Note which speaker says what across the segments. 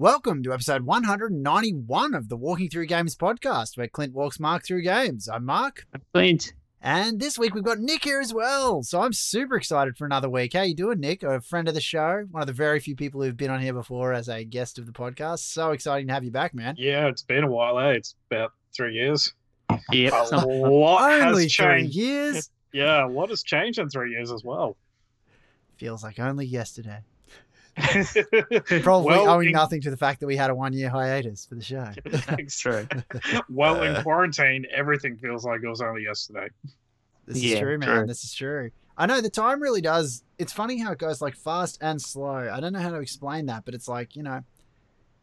Speaker 1: Welcome to episode 191 of the Walking Through Games podcast, where Clint walks Mark through games. I'm Mark,
Speaker 2: Clint.
Speaker 1: and this week we've got Nick here as well. So I'm super excited for another week. How you doing, Nick? A friend of the show, one of the very few people who've been on here before as a guest of the podcast. So exciting to have you back, man.
Speaker 3: Yeah, it's been a while, eh? It's about three years.
Speaker 2: Yep.
Speaker 3: A
Speaker 2: some-
Speaker 3: lot
Speaker 1: Only
Speaker 3: has
Speaker 1: three
Speaker 3: changed.
Speaker 1: years.
Speaker 3: Yeah, a lot has changed in three years as well.
Speaker 1: Feels like only yesterday. Probably
Speaker 3: Probably
Speaker 1: owing nothing to the fact that we had a one year hiatus for the show.
Speaker 2: That's true.
Speaker 3: Well,
Speaker 1: uh,
Speaker 3: in quarantine, everything feels like it was only yesterday.
Speaker 1: This is
Speaker 2: Yeah,
Speaker 1: true, man.
Speaker 2: true.
Speaker 1: This is true. I know the time really does. It's funny how it goes like fast and slow. I don't know how to explain that, but it's like, you know,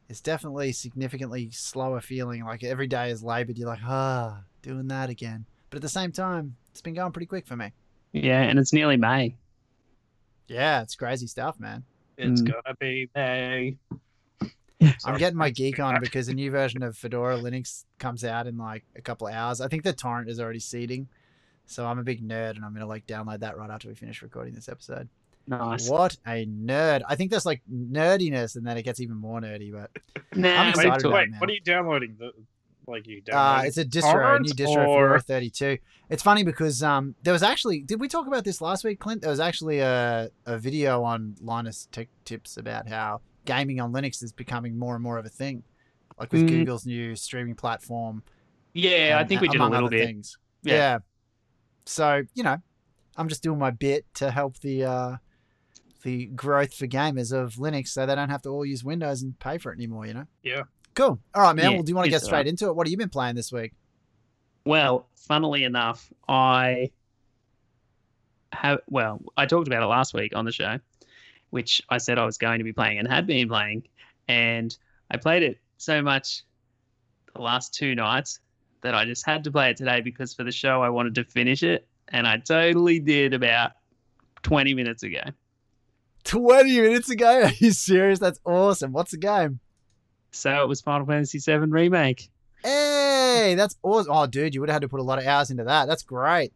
Speaker 1: it's definitely significantly slower feeling. Like every day is labored. You're like, ah, doing that again. But at the same time, it's been going pretty quick for me.
Speaker 2: Yeah, and it's nearly May.
Speaker 1: Yeah, it's crazy stuff, man.
Speaker 3: It's
Speaker 2: Mm.
Speaker 3: gonna be May.
Speaker 1: I'm
Speaker 3: Sorry.
Speaker 1: getting my geek on because a new version of Fedora Linux comes out in like a couple of hours. I think the torrent is already seeding. So I'm a big nerd and I'm going to like download that right after we finish recording this episode.
Speaker 2: Nice.
Speaker 1: What a nerd! I think there's like nerdiness, and then it gets even more nerdy. But
Speaker 2: Nah,
Speaker 1: I'm
Speaker 2: wait
Speaker 3: Wait,
Speaker 1: excited
Speaker 2: till-
Speaker 1: about it,
Speaker 3: wait
Speaker 1: man.
Speaker 3: what are you downloading? The, like you
Speaker 1: uh,
Speaker 3: downloading?
Speaker 1: it's a distro, a new
Speaker 3: torrent
Speaker 1: distro for
Speaker 3: or-
Speaker 1: Euro 32. It's funny because um, there was actually did we talk about this last week, Clint? There was actually a a video on Linus Tech Tips about how gaming on Linux is becoming more and more of a thing, like with
Speaker 2: Mm.
Speaker 1: Google's new streaming platform.
Speaker 2: yeah, I
Speaker 1: and-
Speaker 2: think we did a
Speaker 1: among
Speaker 2: little
Speaker 1: other
Speaker 2: bit.
Speaker 1: Things. Yeah.
Speaker 2: Yeah.
Speaker 1: So you know, I'm just doing my bit to help the uh, the growth for gamers of Linux, so they don't have to all use Windows and pay for it anymore. You know.
Speaker 3: Yeah.
Speaker 1: Cool. All right, man.
Speaker 2: Yeah,
Speaker 1: well, do you want to
Speaker 2: it's
Speaker 1: get straight
Speaker 2: alright.
Speaker 1: into it? What have you been playing this week?
Speaker 2: Well, funnily enough, I have. Well, I talked about it last week on the show, which I said I was going to be playing and had been playing, and I played it so much the last two nights that I just had to play it today because for the show I wanted to finish it, and I totally did about twenty minutes ago.
Speaker 1: Twenty minutes ago. Are you serious? That's awesome. What's the game?
Speaker 2: So it was Final Fantasy VII Remake.
Speaker 1: Hey, that's awesome. Oh, dude, you would have had to put a lot of hours into that. That's great.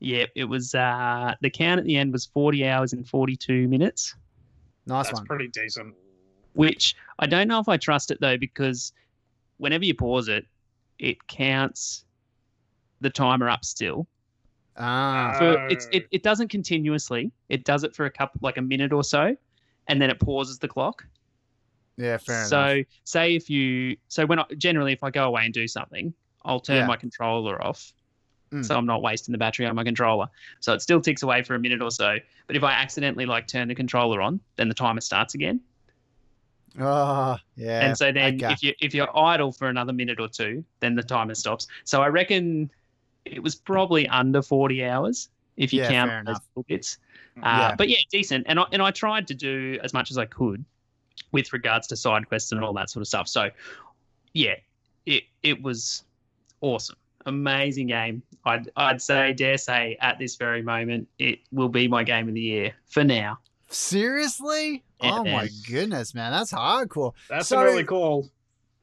Speaker 2: Yep, it was. Uh, the count at the end was 40 hours and 42 minutes,
Speaker 1: Nice
Speaker 3: That's
Speaker 1: one.
Speaker 3: pretty decent.
Speaker 2: which I don't know if I trust it though, because whenever you pause it, it counts the timer up still.
Speaker 1: ah,
Speaker 2: For, it's, it, it doesn't continuously. It does it for a couple, like a minute or so, and then it pauses the clock.
Speaker 1: yeah, fair
Speaker 2: so,
Speaker 1: enough.
Speaker 2: say if you, so when I, generally if I go away and do something, I'll turn
Speaker 1: Yeah.
Speaker 2: my controller off,
Speaker 1: Mm.
Speaker 2: so I'm not wasting the battery on my controller. So it still ticks away for a minute or so. But if I accidentally like turn the controller on, then the timer starts again.
Speaker 1: Oh, yeah.
Speaker 2: and so then
Speaker 1: okay.
Speaker 2: if you if you're idle for another minute or two, then the timer stops. So I reckon it was probably under 40 hours if you
Speaker 1: Yeah, fair
Speaker 2: count those
Speaker 1: enough. Mm,
Speaker 2: little bits. Uh,
Speaker 1: Yeah.
Speaker 2: But yeah, decent. And I, and I tried to do as much as I could with regards to side quests and all that sort of stuff. So yeah, it it was awesome, amazing game. I'd I'd say dare say at this very moment it will be my game of the year for now.
Speaker 1: Seriously?
Speaker 2: Yeah,
Speaker 1: oh my
Speaker 2: man.
Speaker 1: goodness, man, that's hardcore.
Speaker 3: That's
Speaker 1: so-
Speaker 3: an early call.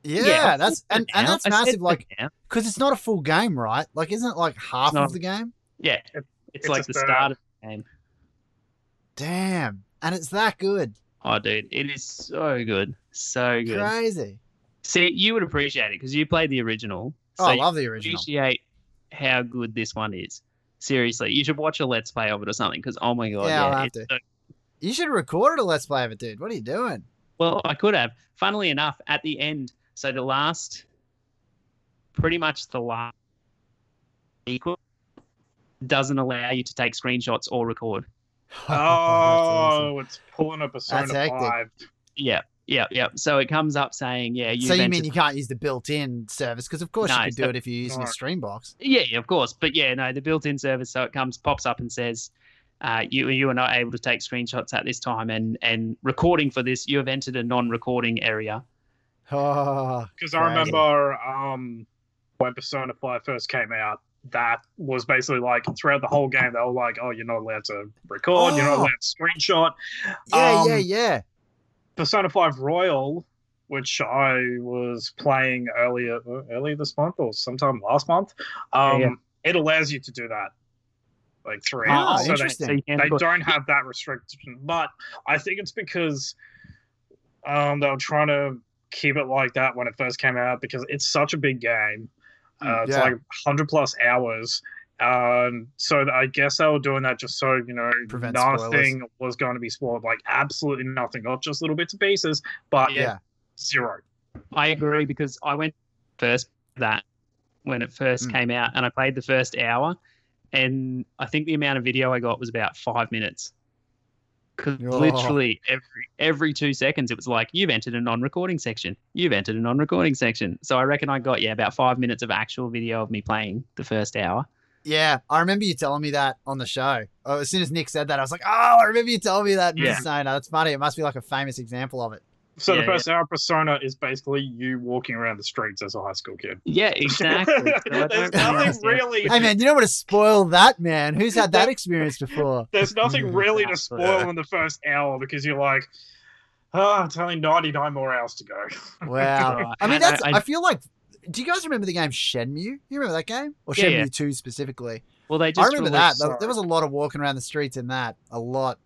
Speaker 1: Yeah, that's and, and
Speaker 2: Now,
Speaker 1: that's
Speaker 2: I said
Speaker 1: massive.
Speaker 2: for
Speaker 1: Like,
Speaker 2: now.
Speaker 1: because it's not a full game, right? Like, isn't it like half
Speaker 2: not.
Speaker 1: of the game?
Speaker 2: yeah,
Speaker 3: It-
Speaker 2: it's,
Speaker 3: it's
Speaker 2: like
Speaker 3: a
Speaker 2: the
Speaker 3: start.
Speaker 2: start of
Speaker 1: Damn, and it's that good,
Speaker 2: Oh, dude, it is so good, so good.
Speaker 1: crazy.
Speaker 2: See, you would appreciate it because you played the original, so
Speaker 1: Oh, I
Speaker 2: you
Speaker 1: love the original.
Speaker 2: appreciate how good this one is. Seriously, you should watch a let's play of it or something because oh my god,
Speaker 1: Yeah,
Speaker 2: yeah,
Speaker 1: I'll have
Speaker 2: it's
Speaker 1: to.
Speaker 2: so-
Speaker 1: You should have recorded a let's play of it, dude. What are you doing?
Speaker 2: well, I could have. Funnily enough, at the end, so the last, pretty much the last sequel doesn't allow you to take screenshots or record.
Speaker 1: That's awesome.
Speaker 3: Oh, it's pulling up a Persona
Speaker 1: hectic.
Speaker 3: 5.
Speaker 2: Yeah, yeah, yeah. So it comes up saying, yeah, you.
Speaker 1: so you mean you can't use the built-in service? Because of course you
Speaker 2: No,
Speaker 1: could do
Speaker 2: so-
Speaker 1: it if you're using a
Speaker 3: Alright.
Speaker 1: stream box.
Speaker 2: Yeah, yeah, of course. But yeah, no, the built-in service, so it comes, pops up and says, uh, you you are not able to take screenshots at this time, and and recording for this, you have entered a non-recording area.
Speaker 1: Oh,
Speaker 3: Because
Speaker 1: Right.
Speaker 3: I remember um, when Persona 5 first came out, that was basically like throughout the whole game, they were like, oh, you're not allowed to record, you're not
Speaker 1: Oh.
Speaker 3: allowed to screenshot.
Speaker 1: yeah, yeah,
Speaker 3: Um,
Speaker 1: yeah.
Speaker 3: Persona 5 Royal, which I was playing earlier earlier this month or sometime last month,
Speaker 2: Yeah,
Speaker 3: um,
Speaker 2: yeah.
Speaker 3: it allows you to do that. Like three
Speaker 1: Ah,
Speaker 3: hours. So they,
Speaker 1: interesting.
Speaker 2: So you can
Speaker 3: they
Speaker 2: record.
Speaker 3: don't have that restriction. But I think it's because um, they were trying to keep it like that when it first came out because it's such a big game.
Speaker 2: Mm,
Speaker 3: Uh, It's
Speaker 1: Yeah.
Speaker 3: like 100 plus hours. Um, so I guess they were doing that just so, you know,
Speaker 1: Prevent
Speaker 3: nothing was going to be spoiled. Like, absolutely nothing. Not just little bits and pieces, but
Speaker 1: Yeah.
Speaker 3: zero.
Speaker 2: I agree because I went first that when it first
Speaker 1: Mm.
Speaker 2: came out, and I played the first hour, and I think the amount of video I got was about five minutes. Because
Speaker 1: Oh.
Speaker 2: literally every every two seconds, it was like you've entered a non-recording section. You've entered a non-recording section. So I reckon I got yeah about five minutes of actual video of me playing the first hour.
Speaker 1: Yeah, I remember you telling me that on the show. Oh, as soon as Nick said that, I was like, "Oh, I remember you telling me that."
Speaker 2: Yeah.
Speaker 1: Yeah. "Oh, That's funny. It must be like a famous example of it.
Speaker 3: So
Speaker 2: Yeah,
Speaker 3: the first hour persona is basically you walking around the streets as a high school kid.
Speaker 2: Yeah, exactly. So I don't
Speaker 3: There's
Speaker 2: really
Speaker 3: nothing
Speaker 2: understand-
Speaker 3: really.
Speaker 1: Hey man, you don't want to spoil that, man. Who's had that experience before?
Speaker 3: There's nothing really to
Speaker 2: Exactly.
Speaker 3: spoil in the first hour because you're like, ah, it's only 99 more hours to go.
Speaker 1: Wow.
Speaker 2: Right.
Speaker 1: I mean,
Speaker 2: Oh And I-
Speaker 1: that's.
Speaker 2: I-
Speaker 1: I feel like. Do you guys remember the game Shenmue? You remember that game, or
Speaker 2: Yeah,
Speaker 1: Shenmue
Speaker 2: yeah.
Speaker 1: Two specifically?
Speaker 2: Well, they just
Speaker 1: I remember that.
Speaker 2: released-
Speaker 1: There- There was a lot of walking around the streets in that. A lot.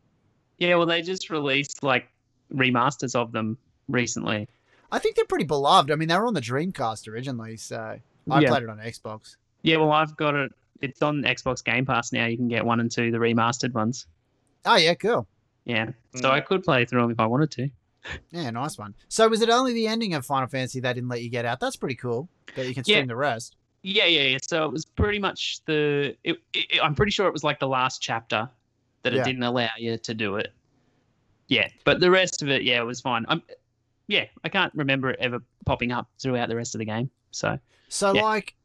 Speaker 2: Yeah, well, they just released like remasters of them recently.
Speaker 1: I think they're pretty beloved. I mean, they were on the Dreamcast originally, so I
Speaker 2: yeah.
Speaker 1: played it on Xbox.
Speaker 2: Yeah, well, I've got it. It's on Xbox Game Pass now. You can get one and two, the remastered ones.
Speaker 1: Oh yeah, cool.
Speaker 2: Yeah, so
Speaker 3: Mm,
Speaker 2: I could play through them if I wanted to.
Speaker 1: Yeah, nice one. So was it only the ending of Final Fantasy they didn't let you get out? That's pretty cool that you can stream
Speaker 2: Yeah.
Speaker 1: the rest.
Speaker 2: Yeah, yeah, yeah. So it was pretty much the. It, it, it- I'm pretty sure it was like the last chapter that it
Speaker 1: Yeah.
Speaker 2: didn't allow you to do it. Yeah, but the rest of it, yeah, it was fine. I'm, yeah, I can't remember it ever popping up throughout the rest of the game. So
Speaker 1: So
Speaker 2: Yeah.
Speaker 1: like,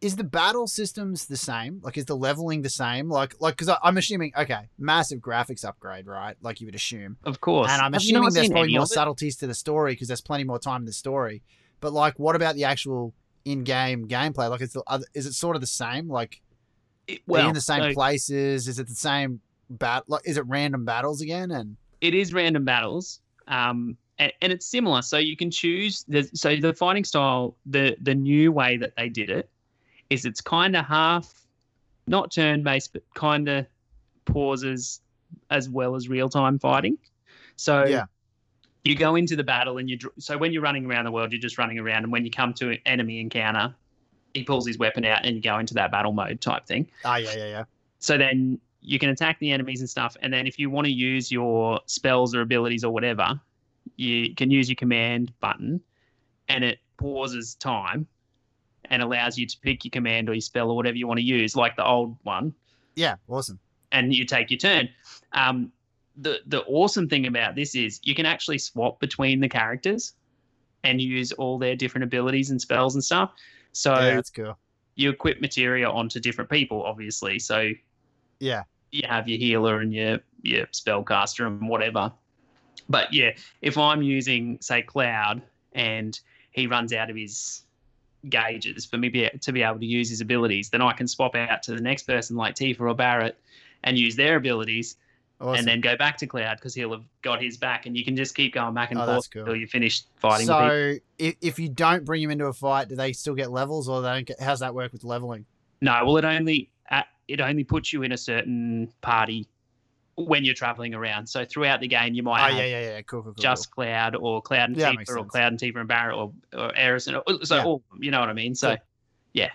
Speaker 1: is the battle systems the same? Like, is the leveling the same? Like, like because I'm assuming okay, massive graphics upgrade, right? Like you would assume.
Speaker 2: of course,
Speaker 1: And I'm
Speaker 2: Have you not
Speaker 1: assuming there's
Speaker 2: seen
Speaker 1: probably
Speaker 2: any
Speaker 1: more
Speaker 2: of it?
Speaker 1: subtleties to the story because there's plenty more time in the story. But like, what about the actual in-game gameplay? Like, is the other, is it sort of the same? Like,
Speaker 2: It-
Speaker 1: are you in the same
Speaker 2: so-
Speaker 1: places? Is it the same bat? Like, is it random battles again? And
Speaker 2: it is random battles um and, and it's similar so you can choose the, so the fighting style the the new way that they did it is it's kind of half not turn based but kind of pauses as well as real time fighting so
Speaker 1: Yeah.
Speaker 2: you go into the battle and you dr- so when you're running around the world you're just running around and when you come to an enemy encounter he pulls his weapon out and you go into that battle mode type thing
Speaker 1: oh yeah, yeah, yeah.
Speaker 2: so then you can attack the enemies and stuff. And then if you want to use your spells or abilities or whatever, you can use your command button and it pauses time and allows you to pick your command or your spell or whatever you want to use, like the old one,
Speaker 1: Yeah, awesome.
Speaker 2: and you take your turn. Um, the, the awesome thing about this is you can actually swap between the characters and use all their different abilities and spells and stuff. So
Speaker 1: yeah, that's cool.
Speaker 2: you equip materia onto different people, obviously. So
Speaker 1: Yeah.
Speaker 2: you have your healer and your your spellcaster and whatever. But yeah, if I'm using say Cloud and he runs out of his gauges for me be, to be able to use his abilities, then I can swap out to the next person like Tifa or Barrett and use their abilities
Speaker 1: Awesome.
Speaker 2: and then go back to Cloud because he'll have got his back and you can just keep going back and
Speaker 1: Oh,
Speaker 2: forth
Speaker 1: that's cool.
Speaker 2: until you finish fighting. with people.
Speaker 1: so if, if you don't bring him into a fight, do they still get levels, or they don't get? How's that work with leveling?
Speaker 2: No, well, it only uh, it only puts you in a certain party when you're traveling around. So throughout the game, you might
Speaker 1: Oh
Speaker 2: have
Speaker 1: yeah, yeah, yeah. Cool, cool, cool.
Speaker 2: just Cloud or Cloud and
Speaker 1: Yeah,
Speaker 2: Tifa
Speaker 1: makes
Speaker 2: or
Speaker 1: sense.
Speaker 2: Cloud and Tifa and Barrett or or Aerison. or- So
Speaker 1: Yeah.
Speaker 2: all you know what I mean. So
Speaker 1: Cool.
Speaker 2: yeah,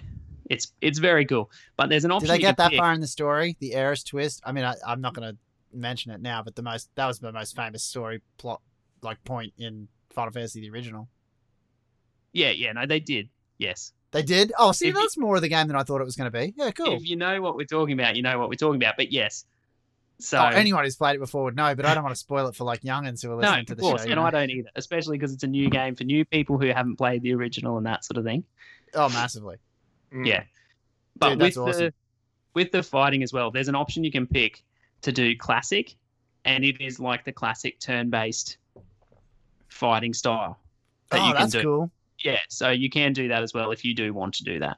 Speaker 2: it's it's very cool. But there's an
Speaker 1: cool.
Speaker 2: option.
Speaker 1: Did they
Speaker 2: you
Speaker 1: get
Speaker 2: can
Speaker 1: that
Speaker 2: pick.
Speaker 1: far in the story? The heiress twist. I mean, I, I'm not gonna mention it now, but the most that was the most famous story plot like point in Final Fantasy the original.
Speaker 2: Yeah, yeah, no, they did. Yes.
Speaker 1: They did. Oh, see,
Speaker 2: If you-
Speaker 1: that's more of the game than I thought it was gonna be. Yeah, cool.
Speaker 2: If you know what we're talking about, you know what we're talking about. But yes. So
Speaker 1: oh, anyone who's played it before would know, but I don't want to spoil it for like youngins who are
Speaker 2: no,
Speaker 1: listening to
Speaker 2: of
Speaker 1: the
Speaker 2: course,
Speaker 1: show. you
Speaker 2: and
Speaker 1: know?
Speaker 2: I don't either, especially because it's a new game for new people who haven't played the original and that sort of thing.
Speaker 1: Oh, massively.
Speaker 3: Mm.
Speaker 2: Yeah. But
Speaker 1: Dude,
Speaker 2: with
Speaker 1: that's awesome.
Speaker 2: the with the fighting as well, there's an option you can pick to do classic, and it is like the classic turn-based fighting style that
Speaker 1: oh,
Speaker 2: you can
Speaker 1: that's
Speaker 2: do.
Speaker 1: cool.
Speaker 2: Yeah, so you can do that as well if you do want to do that.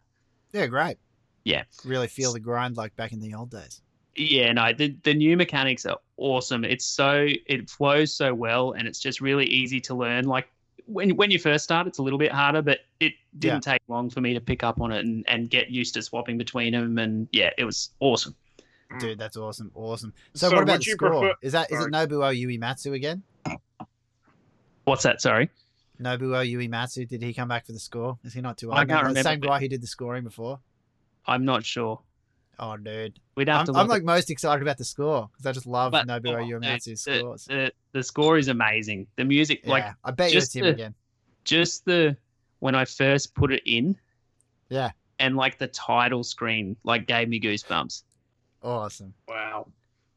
Speaker 1: Yeah, great.
Speaker 2: Yeah.
Speaker 1: Really feel the grind like back in the old days.
Speaker 2: Yeah, no, the the new mechanics are awesome. It's so it flows so well, and it's just really easy to learn. Like when when you first start, it's a little bit harder, but it didn't take long for me to pick up on it and and get used to swapping between them. And yeah, it was awesome. Hmm.
Speaker 1: Dude, that's awesome. Awesome. So,
Speaker 3: So
Speaker 1: what about
Speaker 3: would
Speaker 1: the
Speaker 3: you
Speaker 1: score?
Speaker 3: prefer-
Speaker 1: Is that is it
Speaker 3: Sorry.
Speaker 1: Nobuo Uematsu again?
Speaker 2: What's that? Sorry.
Speaker 1: Nobuo Uematsu, did he come back for the score? Is he not too old?
Speaker 2: I can't
Speaker 1: now? The
Speaker 2: remember,
Speaker 1: same
Speaker 2: but-
Speaker 1: guy who did the scoring before.
Speaker 2: I'm not sure.
Speaker 1: Oh, dude.
Speaker 2: We'd have
Speaker 1: I'm,
Speaker 2: to look
Speaker 1: I'm like most excited about the score because I just love
Speaker 2: But-
Speaker 1: Nobuo
Speaker 2: oh,
Speaker 1: Uematsu's
Speaker 2: dude,
Speaker 1: scores.
Speaker 2: at the, the score is amazing. The music, like
Speaker 1: yeah, I bet you
Speaker 2: just
Speaker 1: it's him
Speaker 2: the-
Speaker 1: again.
Speaker 2: just the when I first put it in.
Speaker 1: Yeah.
Speaker 2: And like the title screen, like gave me goosebumps.
Speaker 1: Awesome.
Speaker 3: Wow.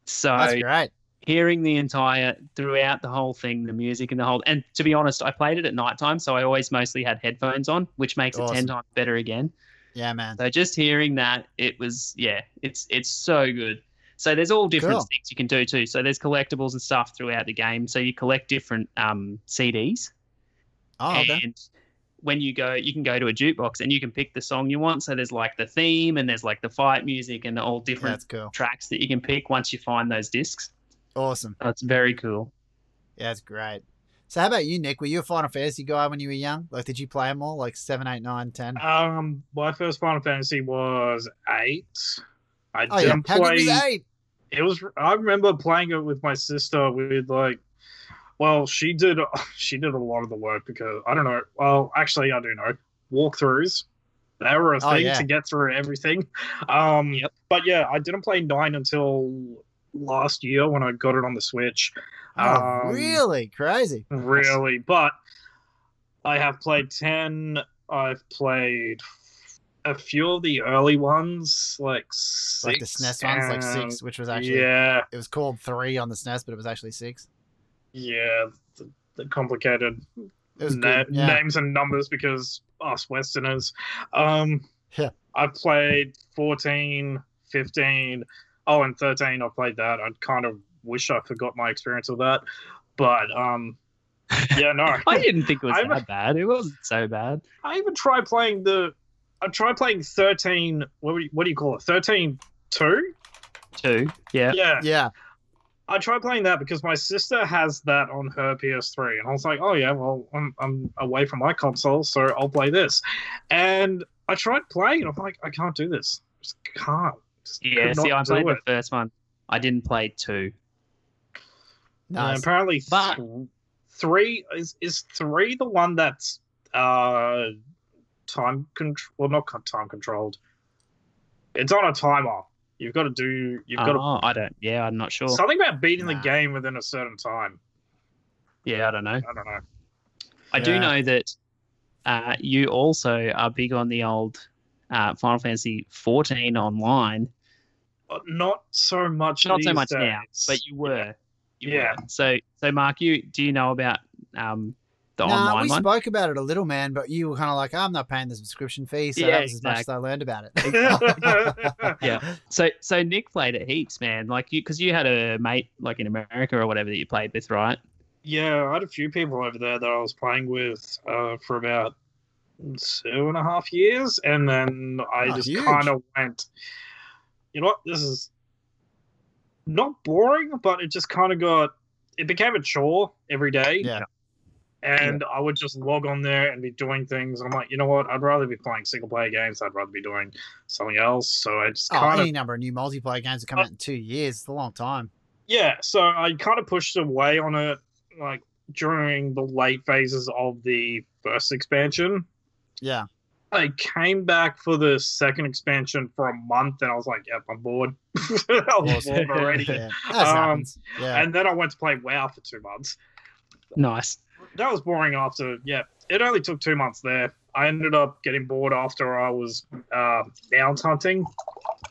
Speaker 2: So
Speaker 1: That's great.
Speaker 2: hearing the entire throughout the whole thing, the music and the whole. And to be honest, I played it at nighttime, so I always mostly had headphones on, which makes it
Speaker 1: Awesome.
Speaker 2: ten times better again.
Speaker 1: Yeah, man.
Speaker 2: So just hearing that, it was yeah, it's it's so good. So there's all different
Speaker 1: Cool.
Speaker 2: things you can do too. So there's collectibles and stuff throughout the game. So you collect different um, CDs,
Speaker 1: Oh, okay.
Speaker 2: and when you go, you can go to a jukebox and you can pick the song you want. So there's like the theme, and there's like the fight music, and all
Speaker 1: Yeah,
Speaker 2: different
Speaker 1: that's cool.
Speaker 2: tracks that you can pick once you find those discs.
Speaker 1: Awesome.
Speaker 2: That's very cool.
Speaker 1: Yeah, that's great. So how about you, Nick? Were you a Final Fantasy guy when you were young? Like, did you play them all? Like seven, eight, nine, ten?
Speaker 3: Um, my first Final Fantasy was eight. I
Speaker 1: oh yeah,
Speaker 3: didn't
Speaker 1: how good
Speaker 3: play.
Speaker 1: was eight?
Speaker 3: it was i remember playing it with my sister with like well she did she did a lot of the work because i don't know well actually i do know walkthroughs they were a
Speaker 1: Oh,
Speaker 3: thing
Speaker 1: yeah.
Speaker 3: to get through everything um
Speaker 2: Yep.
Speaker 3: but yeah i didn't play nine until last year when i got it on the switch
Speaker 1: Oh,
Speaker 3: Um,
Speaker 1: really crazy.
Speaker 3: really but i have played 10 i've played a few of the early ones like six
Speaker 1: Like the SNES ones, like six,
Speaker 3: and-
Speaker 1: which was actually
Speaker 3: yeah
Speaker 1: it was called three on the SNES, but it was actually six.
Speaker 3: Yeah, the, the complicated
Speaker 1: It was
Speaker 3: na-
Speaker 1: good. Yeah.
Speaker 3: names and numbers because us Westerners. Um,
Speaker 1: Yeah.
Speaker 3: I played 14, 15, oh, and 13. I played that. I kind of wish I forgot my experience of that. But um, yeah, no.
Speaker 2: I didn't think it was
Speaker 3: I'm-
Speaker 2: that bad. It wasn't so bad.
Speaker 3: I even tried playing the. I tried playing 13. What, do you- what do you call it? 13 2?
Speaker 2: Two, yeah.
Speaker 3: Yeah.
Speaker 1: yeah,
Speaker 3: I tried playing that because my sister has that on her PS3, and I was like, "Oh yeah, well, I'm, I'm away from my console, so I'll play this." And I tried playing, and I'm like, "I can't do this. Just can't." Just
Speaker 2: Yeah,
Speaker 3: could
Speaker 2: see,
Speaker 3: not
Speaker 2: I
Speaker 3: do
Speaker 2: played the
Speaker 3: it.
Speaker 2: first one. I didn't play two.
Speaker 3: Yeah,
Speaker 1: nice.
Speaker 3: apparently, th-
Speaker 2: But-
Speaker 3: three is is three the one that's uh time control? Well, not con- time controlled. It's on a timer. You've got to do. You've got to
Speaker 2: oh, I don't. Yeah, I'm not sure.
Speaker 3: something about beating
Speaker 1: Nah.
Speaker 3: the game within a certain time.
Speaker 2: yeah, I don't know.
Speaker 3: I don't know.
Speaker 2: I do
Speaker 1: Yeah.
Speaker 2: know that uh, you also are big on the old uh, Final Fantasy 14 online,
Speaker 3: Uh, Not so much.
Speaker 2: Not so
Speaker 3: these
Speaker 2: much now,
Speaker 3: days.
Speaker 2: but you were. You
Speaker 3: Yeah.
Speaker 2: were. So, so Mark, you do you know about um, the
Speaker 1: nah,
Speaker 2: online
Speaker 1: we
Speaker 2: one?
Speaker 1: spoke about it a little, man, but you were kind of like, I'm not paying the subscription fee, so
Speaker 2: Yeah,
Speaker 1: that was as much as I learned about it.
Speaker 3: Exactly.
Speaker 2: Yeah. So, so Nick played it heaps, man. Like you, because you had a mate like in America or whatever that you played with, right?
Speaker 3: yeah, I had a few people over there that I was playing with uh, for about two and a half years, and then I
Speaker 1: Oh,
Speaker 3: just
Speaker 1: huge.
Speaker 3: kind of went, you know what, this is not boring, but it just kind of got, it became a chore every day.
Speaker 1: Yeah.
Speaker 3: And I would just log on there and be doing things. I'm like, you know what? I'd rather be playing single player games. I'd rather be doing something else. So I just
Speaker 1: Oh,
Speaker 3: kind of
Speaker 1: any number of new multiplayer games have come out in two years. It's a long time.
Speaker 3: yeah so i kind of pushed away on it like during the late phases of the first expansion
Speaker 1: Yeah.
Speaker 3: i came back for the second expansion for a month and i was like yep i'm bored i was bored already
Speaker 1: yeah. That
Speaker 3: Um,
Speaker 1: happens. Yeah.
Speaker 3: and then i went to play wow for two months
Speaker 2: Nice.
Speaker 3: that was boring after yeah it only took two months there i ended up getting bored after i was uh bounce hunting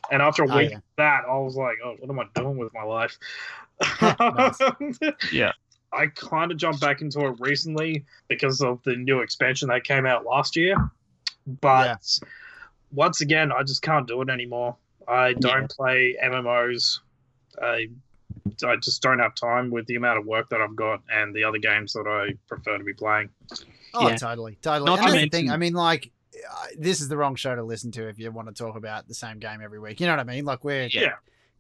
Speaker 3: and after a
Speaker 1: Oh,
Speaker 3: week
Speaker 1: yeah.
Speaker 3: of that i was like oh what am i doing with my life
Speaker 1: Nice.
Speaker 2: Yeah.
Speaker 3: i kind of jumped back into it recently because of the new expansion that came out last year but once again i just can't do it anymore i don't play mmos i I just don't have time with the amount of work that I've got and the other games that I prefer to be playing.
Speaker 1: Oh,
Speaker 2: Yeah.
Speaker 1: totally, totally.
Speaker 2: Not
Speaker 1: and
Speaker 2: to
Speaker 1: that's the thing.
Speaker 2: mention-
Speaker 1: I mean, like, uh, this is the wrong show to listen to if you want to talk about the same game every week. You know what I mean? Like, we're
Speaker 3: Yeah.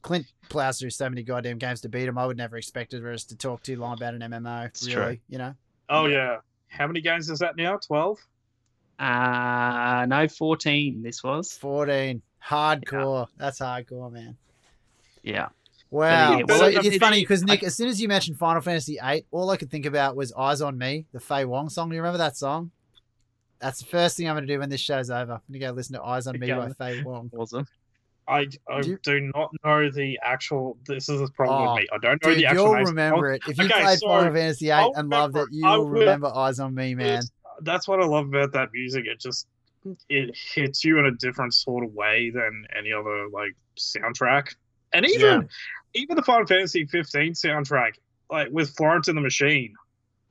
Speaker 1: Clint plows through so many goddamn games to beat him. I would never expected us to talk too long about an MMO.
Speaker 2: It's
Speaker 1: really,
Speaker 2: true.
Speaker 1: you know?
Speaker 3: Oh yeah. How many games is that now? Twelve.
Speaker 2: Uh, no, 14. This was.
Speaker 1: Fourteen, hardcore. That's hardcore, man.
Speaker 2: Yeah.
Speaker 1: Wow.
Speaker 2: yeah,
Speaker 1: well,
Speaker 3: well,
Speaker 1: it's
Speaker 3: it-
Speaker 1: funny because Nick, as soon as you mentioned Final Fantasy VIII, all I could think about was "Eyes on Me," the Faye Wong song. You remember that song? That's the first thing I'm going to do when this show's over. I'm going to go listen to "Eyes on Me" by
Speaker 2: Okay.
Speaker 1: Faye Wong.
Speaker 2: Awesome.
Speaker 3: I, I
Speaker 1: Do you-
Speaker 3: do, not know the actual. This is the problem
Speaker 1: Oh,
Speaker 3: with me. I don't know
Speaker 1: Dude,
Speaker 3: the actual
Speaker 1: you'll
Speaker 3: name.
Speaker 1: remember it if you
Speaker 3: Okay,
Speaker 1: played
Speaker 3: so
Speaker 1: Final Fantasy VIII
Speaker 3: I'll
Speaker 1: and loved it.
Speaker 3: remember.
Speaker 1: You
Speaker 3: I
Speaker 1: will
Speaker 3: will.
Speaker 1: remember "Eyes on Me," man.
Speaker 3: It's- that's what I love about that music. It just it hits you in a different sort of way than any other like soundtrack. And even even the Final Fantasy 15 soundtrack, like with Florence and the Machine.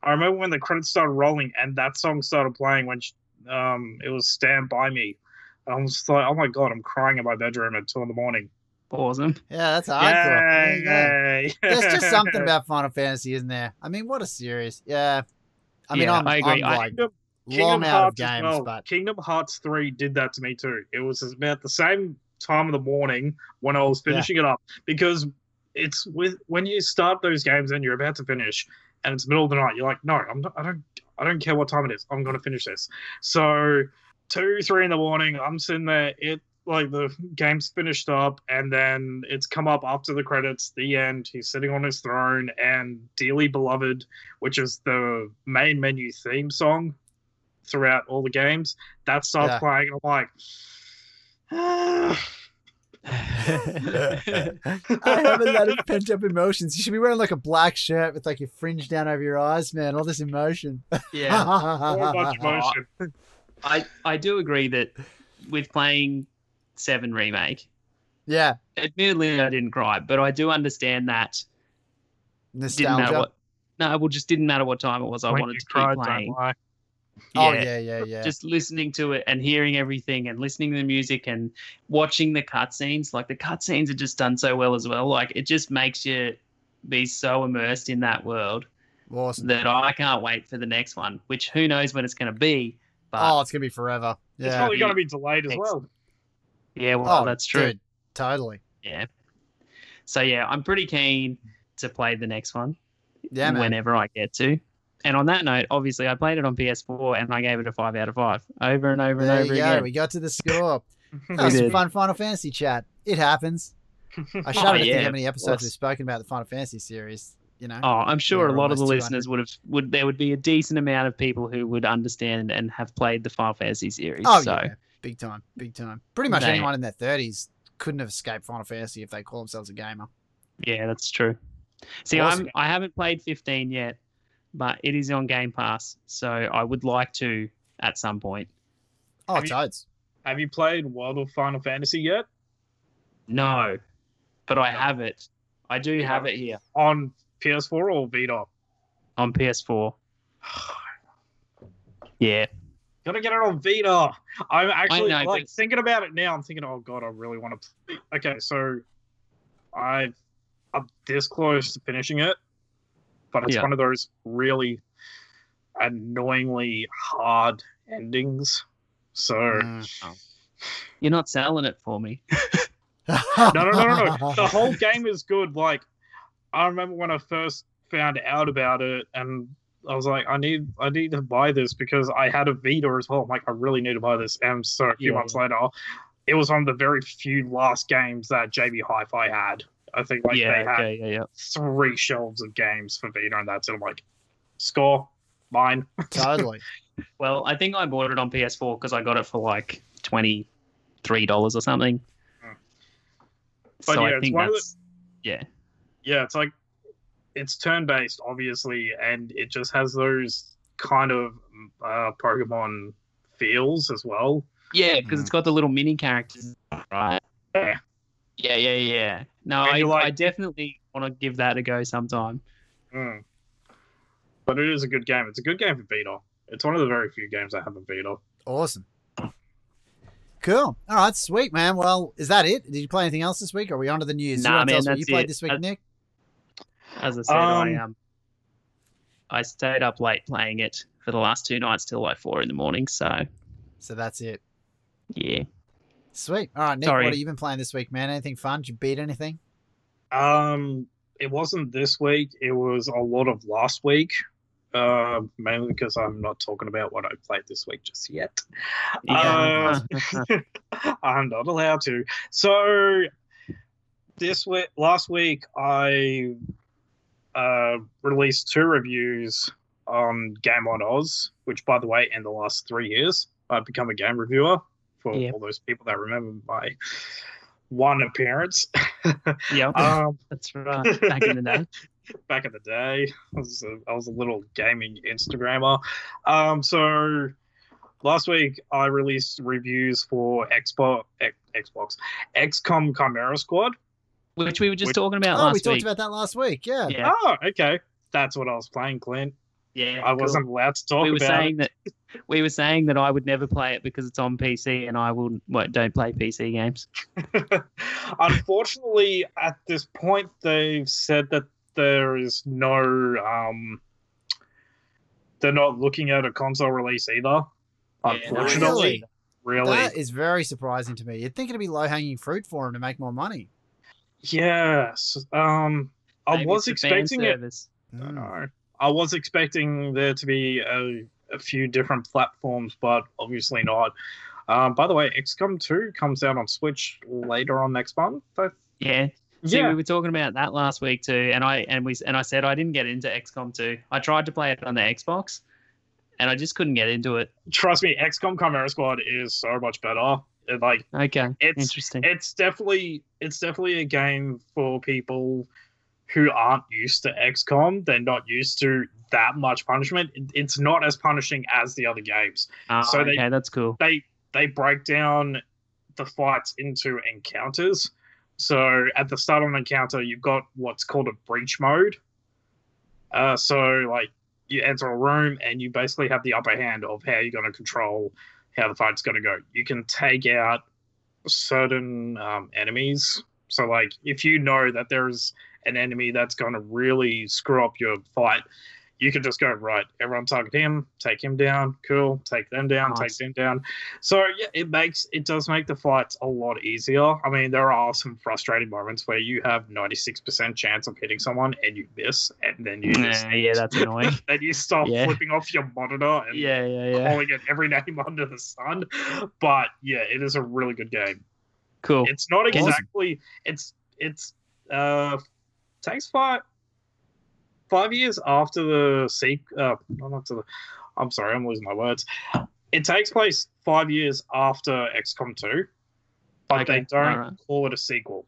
Speaker 3: I remember when the credits started rolling and that song started playing when sh um it was Stand by Me. I was just like, oh my god, I'm crying in my bedroom at two in the morning.
Speaker 2: Awesome.
Speaker 1: Yeah, that's hardcore. There
Speaker 3: Yay,
Speaker 1: you go.
Speaker 3: yay.
Speaker 1: There's just something about Final Fantasy, isn't there? I mean, what a series. Yeah. I mean,
Speaker 2: Yeah,
Speaker 1: I'm,
Speaker 2: I agree.
Speaker 1: am
Speaker 2: I-
Speaker 1: like
Speaker 3: Kingdom-
Speaker 1: long out of
Speaker 3: as
Speaker 1: games,
Speaker 3: well.
Speaker 1: but
Speaker 3: Kingdom Hearts 3 did that to me too. It was about the same time of the morning when I was finishing it up because it's with when you start those games and you're about to finish and it's middle of the night, you're like, no, I'm not, I don't I don't care what time it is. I'm gonna finish this. So two, three in the morning, I'm sitting there, it like the game's finished up and then it's come up after the credits, the end, he's sitting on his throne and Dearly Beloved, which is the main menu theme song throughout all the games, that starts
Speaker 1: Yeah.
Speaker 3: playing and I'm like
Speaker 1: I have a lot of pent up emotions. You should be wearing like a black shirt with like your fringe down over your eyes, man. All this emotion.
Speaker 2: yeah.
Speaker 3: "Oh, much motion.
Speaker 2: I, I do agree that with playing Seven Remake,
Speaker 1: yeah.
Speaker 2: admittedly, I didn't cry, but I do understand that didn't matter
Speaker 1: Nostalgia.
Speaker 2: what. No, well, just didn't matter what time it was. I
Speaker 3: When
Speaker 2: wanted
Speaker 3: you
Speaker 2: to
Speaker 3: cried,
Speaker 2: keep playing.
Speaker 3: Don't lie.
Speaker 1: oh, yeah, yeah, yeah.
Speaker 2: Just listening to it and hearing everything and listening to the music and watching the cutscenes. Like the cutscenes are just done so well as well. Like it just makes you be so immersed in that world
Speaker 1: awesome.
Speaker 2: that I can't wait for the next one, which who knows when it's going to be. But
Speaker 1: Oh, it's going to be forever.
Speaker 3: It's
Speaker 1: Yeah.
Speaker 3: probably going to be delayed as well.
Speaker 2: yeah, well,
Speaker 1: oh,
Speaker 2: that's true.
Speaker 1: dude, totally.
Speaker 2: Yeah. So yeah, I'm pretty keen to play the next one.
Speaker 1: Yeah, man.
Speaker 2: whenever I get to. And on that note, obviously, I played it on PS4 and I gave it a five out of five over and over
Speaker 1: there
Speaker 2: and
Speaker 1: you
Speaker 2: over
Speaker 1: go.
Speaker 2: again.
Speaker 1: We got to the score. That
Speaker 2: We
Speaker 1: was some
Speaker 2: did.
Speaker 1: fun Final Fantasy chat. It happens. I shudder to
Speaker 2: yeah,
Speaker 1: think how many episodes
Speaker 2: course.
Speaker 1: we've spoken about the Final Fantasy series. You know,
Speaker 2: Oh, I'm sure
Speaker 1: were
Speaker 2: a lot of the
Speaker 1: almost
Speaker 2: listeners would have would there would be a decent amount of people who would understand and have played the Final Fantasy series.
Speaker 1: Oh,
Speaker 2: so
Speaker 1: yeah, big time, big time. Pretty much
Speaker 2: They-
Speaker 1: anyone in their thirties couldn't have escaped Final Fantasy if they call themselves a gamer.
Speaker 2: yeah, that's true. See,
Speaker 1: Awesome.
Speaker 2: I'm I haven't played 15 yet, but it is on Game Pass, so I would like to at some point.
Speaker 1: Oh,
Speaker 3: Have you-
Speaker 1: toads.
Speaker 3: Have you played World of Final Fantasy yet?
Speaker 2: No, but I have it. I do have it here
Speaker 3: On PS4 or Vita?
Speaker 2: on PS4. Yeah,
Speaker 3: Gotta get it on Vita. I'm actually
Speaker 2: know,
Speaker 3: like
Speaker 2: but-
Speaker 3: thinking about it now. I'm thinking, oh god, I really want to. Play. Okay, so I I'm this close to finishing it, but it's
Speaker 2: Yeah.
Speaker 3: one of those really annoyingly hard endings. So
Speaker 1: Mm.
Speaker 2: you're not selling it for me.
Speaker 3: no, no, no, no, no. The whole game is good. Like, I remember when I first found out about it, and I was like, I need, I need to buy this because I had a Vita as well. I'm like, I really need to buy this. And so a few
Speaker 2: Yeah,
Speaker 3: months later, it was one of the very few last games that JB Hi-Fi had. I think like
Speaker 2: yeah,
Speaker 3: they had
Speaker 2: okay, yeah, yeah.
Speaker 3: three shelves of games for Vita, and that's it. I'm like, score mine.
Speaker 1: totally.
Speaker 2: Well, I think I bought it on PS4 because I got it for like twenty three dollars or something.
Speaker 3: Mm.
Speaker 2: so
Speaker 3: But yeah,
Speaker 2: I
Speaker 3: it's
Speaker 2: think
Speaker 3: one of the-
Speaker 2: that's yeah,
Speaker 3: yeah, it's like it's turn based, obviously, and it just has those kind of uh, Pokemon feels as well.
Speaker 2: yeah, because
Speaker 1: Hmm.
Speaker 2: it's got the little mini characters, right?
Speaker 3: Yeah.
Speaker 2: Yeah, yeah, yeah. No,
Speaker 3: And
Speaker 2: I,
Speaker 3: you like-
Speaker 2: I definitely want to give that a go sometime.
Speaker 3: Mm. But it is a good game. It's a good game for Vita. It's one of the very few games I have a Vita.
Speaker 1: awesome. Cool. All right, sweet man. Well, is that it? Did you play anything else this week? Are we on to the news?
Speaker 2: Nah,
Speaker 1: you wanna tell
Speaker 2: man,
Speaker 1: us what you
Speaker 2: that's
Speaker 1: played
Speaker 2: it.
Speaker 1: this week,
Speaker 2: That's-
Speaker 1: Nick?
Speaker 2: As I said, I
Speaker 3: Um,
Speaker 2: um, I stayed up late playing it for the last two nights till like four in the morning. So
Speaker 1: So that's it.
Speaker 2: yeah,
Speaker 1: Sweet. All right, Nick.
Speaker 2: Sorry.
Speaker 1: What have you been playing this week, man? Anything fun? Did you beat anything?
Speaker 3: Um, it wasn't this week. It was a lot of last week, uh, mainly because I'm not talking about what I played this week just yet.
Speaker 2: yeah.
Speaker 3: Uh, I'm not allowed to. So this week, last week, I uh, released two reviews on Game on Oz, which, by the way, in the last three years, I've become a game reviewer for
Speaker 2: Yeah.
Speaker 3: all those people that remember my one appearance.
Speaker 2: Yeah,
Speaker 3: um,
Speaker 2: that's right. Back in the day.
Speaker 3: back in the day. I was a, I was a little gaming Instagrammer. Um, so last week I released reviews for Xbox, X, Xbox, XCOM Chimera Squad.
Speaker 2: Which we were just
Speaker 3: Which-
Speaker 2: talking about
Speaker 1: oh, we
Speaker 2: last
Speaker 1: talked
Speaker 2: week.
Speaker 1: about that last week. Yeah.
Speaker 2: yeah,
Speaker 3: Oh, okay. That's what I was playing, Clint.
Speaker 2: yeah.
Speaker 3: I
Speaker 2: cool.
Speaker 3: wasn't allowed to talk
Speaker 2: we were
Speaker 3: about
Speaker 2: saying that we were saying that I would never play it because it's on PC and I will well, don't play PC games.
Speaker 3: it. Unfortunately, at this point, they've said that there is no. Um, they're not looking at a console release either.
Speaker 2: no,
Speaker 3: Unfortunately, really.
Speaker 1: That is very surprising to me. You'd think it'd be low hanging fruit for him to make more money.
Speaker 3: Yes. Um, I
Speaker 2: Maybe
Speaker 3: was
Speaker 2: it's the fan
Speaker 3: expecting it.
Speaker 2: service.
Speaker 3: I
Speaker 2: Uh,
Speaker 1: Mm.
Speaker 3: know. I was expecting there to be a, a few different platforms, but obviously not. Um, by the way, XCOM 2 comes out on Switch later on next month. I-
Speaker 2: Yeah. See, we were talking about that last week too, and I and we and I said I didn't get into XCOM 2. I tried to play it on the Xbox, and I just couldn't get into it.
Speaker 3: Trust me, XCOM Chimera Squad is so much better. It, like
Speaker 2: Okay,
Speaker 3: it's
Speaker 2: interesting.
Speaker 3: it's definitely it's definitely a game for people who aren't used to XCOM. They're not used to that much punishment. It- It's not as punishing as the other games.
Speaker 2: Ah,
Speaker 3: so they-
Speaker 2: okay, that's cool.
Speaker 3: they they break down the fights into encounters. So at the start of an encounter, you've got what's called a breach mode. Uh, so like you enter a room and you basically have the upper hand of how you're going to control how the fight's going to go. You can take out certain um, enemies. So like if you know that there's an enemy that's going to really screw up your fight, you can just go right. Everyone target him, take him down. Cool, take them down,
Speaker 2: Nice.
Speaker 3: take them down. So yeah, it makes it does make the fights a lot easier. I mean, there are some frustrating moments where you have 96% chance of hitting someone and you miss, and then you just,
Speaker 2: Yeah, yeah, that's annoying.
Speaker 3: then you start
Speaker 2: Yeah.
Speaker 3: flipping off your monitor and
Speaker 2: yeah, yeah, yeah.
Speaker 3: calling it every name under the sun. But yeah, it is a really good game.
Speaker 2: Cool.
Speaker 3: It's not
Speaker 2: Awesome.
Speaker 3: exactly it's it's uh takes five five years after the sequel. Uh, not after the. I'm sorry, I'm losing my words. It takes place five years after XCOM 2, but
Speaker 2: Okay,
Speaker 3: they don't
Speaker 2: alright.
Speaker 3: call it a sequel.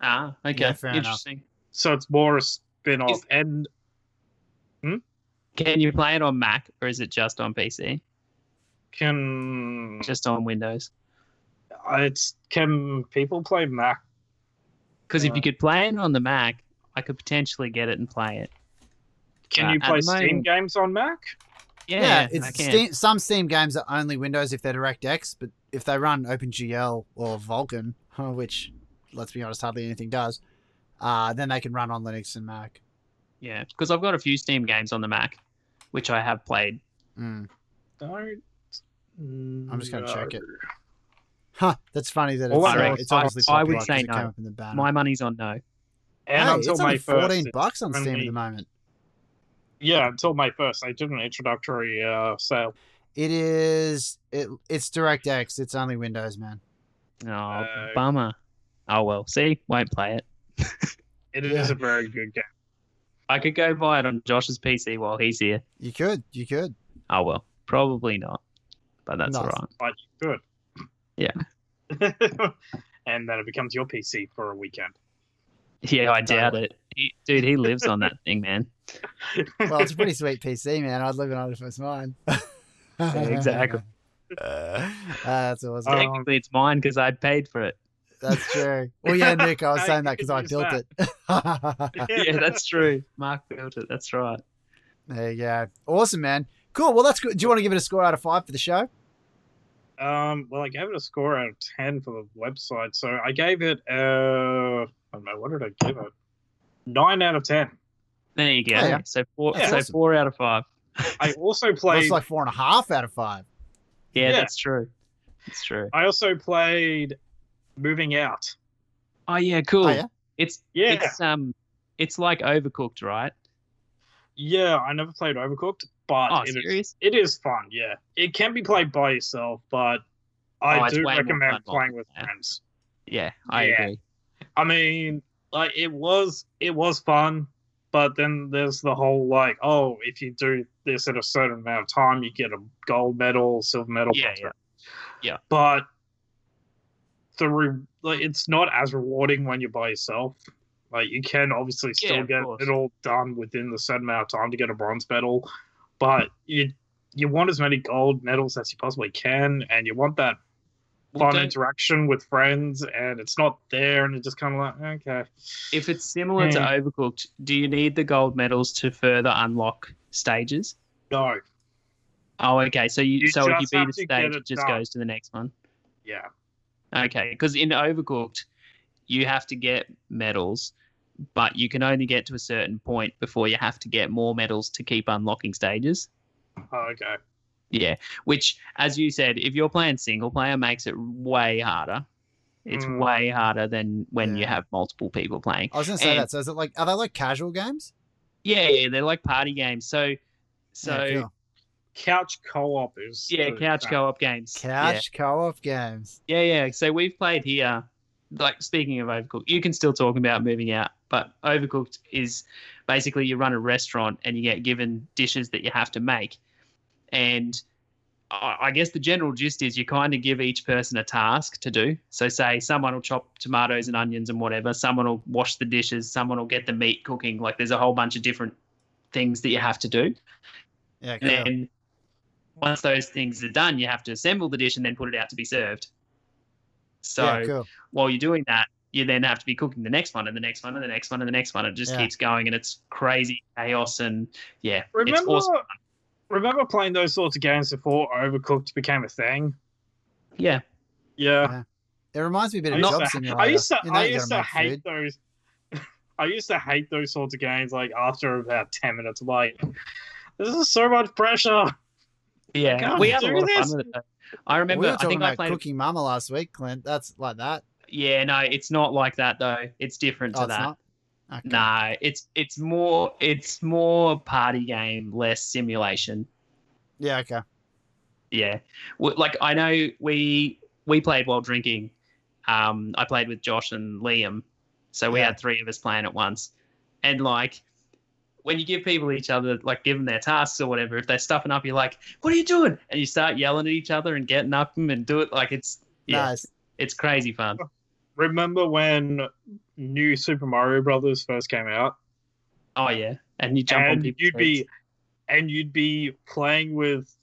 Speaker 2: Ah, okay,
Speaker 1: Yeah, fair enough.
Speaker 2: interesting.
Speaker 3: So it's more a spin off.
Speaker 2: Is-
Speaker 3: And
Speaker 2: Can you play it on Mac or is it just on PC?
Speaker 3: can uh,
Speaker 2: Just on Windows?
Speaker 3: it's can people play Mac?
Speaker 2: Because if
Speaker 3: Uh,
Speaker 2: you could play it on the Mac, I could potentially get it and play it.
Speaker 3: Can
Speaker 2: Uh,
Speaker 3: you
Speaker 2: at
Speaker 3: play
Speaker 2: the
Speaker 3: Steam
Speaker 2: moment-
Speaker 3: games on Mac?
Speaker 2: Yeah, I
Speaker 1: it's
Speaker 2: can.
Speaker 1: Steam, some Steam games are only Windows if they're DirectX, but if they run OpenGL or Vulkan, huh, which let's be honest, hardly anything does, uh, then they can run on Linux and Mac.
Speaker 2: Yeah, because I've got a few Steam games on the Mac, which I have played.
Speaker 1: Mm.
Speaker 3: Don't.
Speaker 1: I'm just gonna check it.
Speaker 3: know.
Speaker 1: Huh, that's funny that it's,
Speaker 3: Well,
Speaker 1: uh,
Speaker 2: I-
Speaker 1: it's obviously
Speaker 2: I- I
Speaker 1: popular
Speaker 2: would
Speaker 1: 'cause
Speaker 2: say
Speaker 1: it
Speaker 2: no.
Speaker 1: came up in the banner.
Speaker 2: My money's on no.
Speaker 3: And
Speaker 1: hey,
Speaker 3: until
Speaker 1: it's
Speaker 3: May
Speaker 1: only 14
Speaker 3: first,
Speaker 1: bucks on Steam at
Speaker 3: only-
Speaker 1: the moment.
Speaker 3: Yeah, until May first, they did an introductory uh, sale.
Speaker 1: It is it it's DirectX, it's only Windows, man.
Speaker 2: Oh,
Speaker 3: Uh,
Speaker 2: bummer. Oh well, see, won't play it.
Speaker 3: It is
Speaker 1: Yeah.
Speaker 3: a very good game.
Speaker 2: I could go buy it on Josh's PC while he's here.
Speaker 1: You could, you could.
Speaker 2: Oh well, probably not, but that's
Speaker 1: Nice.
Speaker 2: all right.
Speaker 3: Good.
Speaker 2: Yeah.
Speaker 3: and then it becomes your PC for a weekend.
Speaker 2: Yeah, I
Speaker 1: Totally.
Speaker 2: doubt it. He, dude, he lives on that thing, man.
Speaker 1: Well, it's a pretty sweet PC, man. I'd live it on if it was mine.
Speaker 2: exactly.
Speaker 1: Uh, that's awesome.
Speaker 3: Um,
Speaker 2: Technically, it's mine because I paid for it.
Speaker 1: That's true. Well, yeah, Nick, I was
Speaker 3: Hey,
Speaker 1: saying that
Speaker 3: you
Speaker 1: because
Speaker 3: can
Speaker 1: I
Speaker 3: use
Speaker 1: built it.
Speaker 2: yeah, that's true. Mark built it. That's right.
Speaker 1: there you go. Awesome, man. Cool. Well, that's good. Do you want to give it a score out of five for the show?
Speaker 3: Um, well, I gave it a score out of ten for the website, so I gave it. Uh, I don't know what did I give it. Nine out of ten.
Speaker 2: There you go.
Speaker 1: Oh, yeah.
Speaker 2: So four.
Speaker 1: That's
Speaker 2: so
Speaker 1: awesome.
Speaker 2: four out of five.
Speaker 3: I also
Speaker 1: Well,
Speaker 3: played.
Speaker 1: it's like four and a half out of five.
Speaker 2: Yeah,
Speaker 3: Yeah.
Speaker 2: that's true. That's true.
Speaker 3: I also played Moving Out.
Speaker 2: Oh yeah, cool.
Speaker 1: Oh, yeah?
Speaker 2: It's
Speaker 3: Yeah.
Speaker 2: It's um, it's like overcooked, right?
Speaker 3: Yeah, I never played Overcooked, but
Speaker 2: Oh,
Speaker 3: it is-
Speaker 2: serious?
Speaker 3: it is fun. Yeah, it can be played by yourself, but
Speaker 2: Oh,
Speaker 3: I
Speaker 2: it's
Speaker 3: do
Speaker 2: way more
Speaker 3: recommend
Speaker 2: fun by
Speaker 3: playing with
Speaker 2: yeah.
Speaker 3: friends.
Speaker 2: Yeah, I
Speaker 3: Yeah.
Speaker 2: agree.
Speaker 3: I mean, like it was it was fun, but then there's the whole like, oh, if you do this at a certain amount of time, you get a gold medal, silver medal.
Speaker 2: Yeah,
Speaker 3: bronze
Speaker 2: yeah.
Speaker 3: medal.
Speaker 2: Yeah.
Speaker 3: But the re- like, it's not as rewarding when you're by yourself. Like you can obviously still
Speaker 2: of
Speaker 3: get
Speaker 2: course.
Speaker 3: it all done within the certain amount of time to get a bronze medal, but you you want as many gold medals as you possibly can, and you want that
Speaker 2: Well,
Speaker 3: fun
Speaker 2: don't-
Speaker 3: interaction with friends, and it's not there, and it's just kind of like okay.
Speaker 2: if it's similar to
Speaker 3: Yeah.
Speaker 2: Overcooked, do you need the gold medals to further unlock stages?
Speaker 3: No,
Speaker 2: Oh, okay. So you,
Speaker 3: You
Speaker 2: so if you
Speaker 3: just
Speaker 2: beat
Speaker 3: have
Speaker 2: a
Speaker 3: to
Speaker 2: stage,
Speaker 3: get
Speaker 2: it
Speaker 3: it
Speaker 2: just
Speaker 3: done.
Speaker 2: goes to the next one.
Speaker 3: yeah,
Speaker 2: Okay, because in Overcooked, you have to get medals, but you can only get to a certain point before you have to get more medals to keep unlocking stages.
Speaker 3: Oh, okay,
Speaker 2: Yeah, which, as you said, if you're playing single player, makes it way harder. It's
Speaker 3: Mm.
Speaker 2: way harder than when you
Speaker 1: Yeah.
Speaker 2: have multiple people playing.
Speaker 1: I was gonna say
Speaker 2: And-
Speaker 1: that. So is it like are they like casual games?
Speaker 2: Yeah, yeah, they're like party games. So, so
Speaker 1: Yeah,
Speaker 2: yeah,
Speaker 1: cool.
Speaker 3: couch co-op is the-
Speaker 2: couch co-op games. Yeah.
Speaker 1: couch co-op games.
Speaker 2: Yeah, yeah. So we've played here. Like speaking of Overcooked, you can still talk about moving out, but Overcooked is basically you run a restaurant and you get given dishes that you have to make, and I I guess the general gist is you kind of give each person a task to do. So say someone will chop tomatoes and onions and whatever, someone will wash the dishes, someone will get the meat cooking. Like there's a whole bunch of different things that you have to do.
Speaker 1: Yeah, cool.
Speaker 2: And then once those things are done, you have to assemble the dish and then put it out to be served. So
Speaker 1: yeah, cool.
Speaker 2: while you're doing that, you then have to be cooking the next one and the next one and the next one and the next one. It just
Speaker 1: Yeah.
Speaker 2: keeps going and it's crazy chaos and yeah, it's
Speaker 3: Remember,
Speaker 2: awesome.
Speaker 3: remember playing those sorts of games before Overcooked became a thing.
Speaker 2: Yeah,
Speaker 3: Yeah,
Speaker 1: It reminds me a bit
Speaker 3: I
Speaker 1: of
Speaker 3: used
Speaker 1: Job
Speaker 3: to-
Speaker 1: Simulator.
Speaker 3: I used to,
Speaker 1: You know
Speaker 3: I
Speaker 1: you gotta
Speaker 3: used to
Speaker 1: make
Speaker 3: hate
Speaker 1: food.
Speaker 3: those. I used to hate those sorts of games. Like after about ten minutes, I'm like this is so much pressure.
Speaker 2: yeah.
Speaker 3: God,
Speaker 2: we had a
Speaker 3: do
Speaker 2: lot of
Speaker 3: this.
Speaker 2: fun with it. Though. I remember.
Speaker 1: we were
Speaker 2: I
Speaker 1: talking
Speaker 2: think I
Speaker 1: about
Speaker 2: played.
Speaker 1: Cooking Mama last week, Clint. That's like that.
Speaker 2: Yeah, no, it's not like that though. It's different to
Speaker 1: Oh, it's
Speaker 2: that.
Speaker 1: not. Okay.
Speaker 2: No, it's it's more it's more party game, less simulation.
Speaker 1: Yeah. Okay.
Speaker 2: Yeah, W- like I know we we played while drinking. Um, I played with Josh and Liam, so we
Speaker 1: Yeah.
Speaker 2: had three of us playing at once. And like, when you give people each other, like give them their tasks or whatever, if they're stuffing up, you're like, "What are you doing?" And you start yelling at each other and getting up them and do it like it's yeah,
Speaker 1: Nice.
Speaker 2: it's crazy fun.
Speaker 3: Remember when New Super Mario Brothers first came out?
Speaker 2: Oh yeah, and you jump on
Speaker 3: and
Speaker 2: people.
Speaker 3: you'd be and you'd be playing with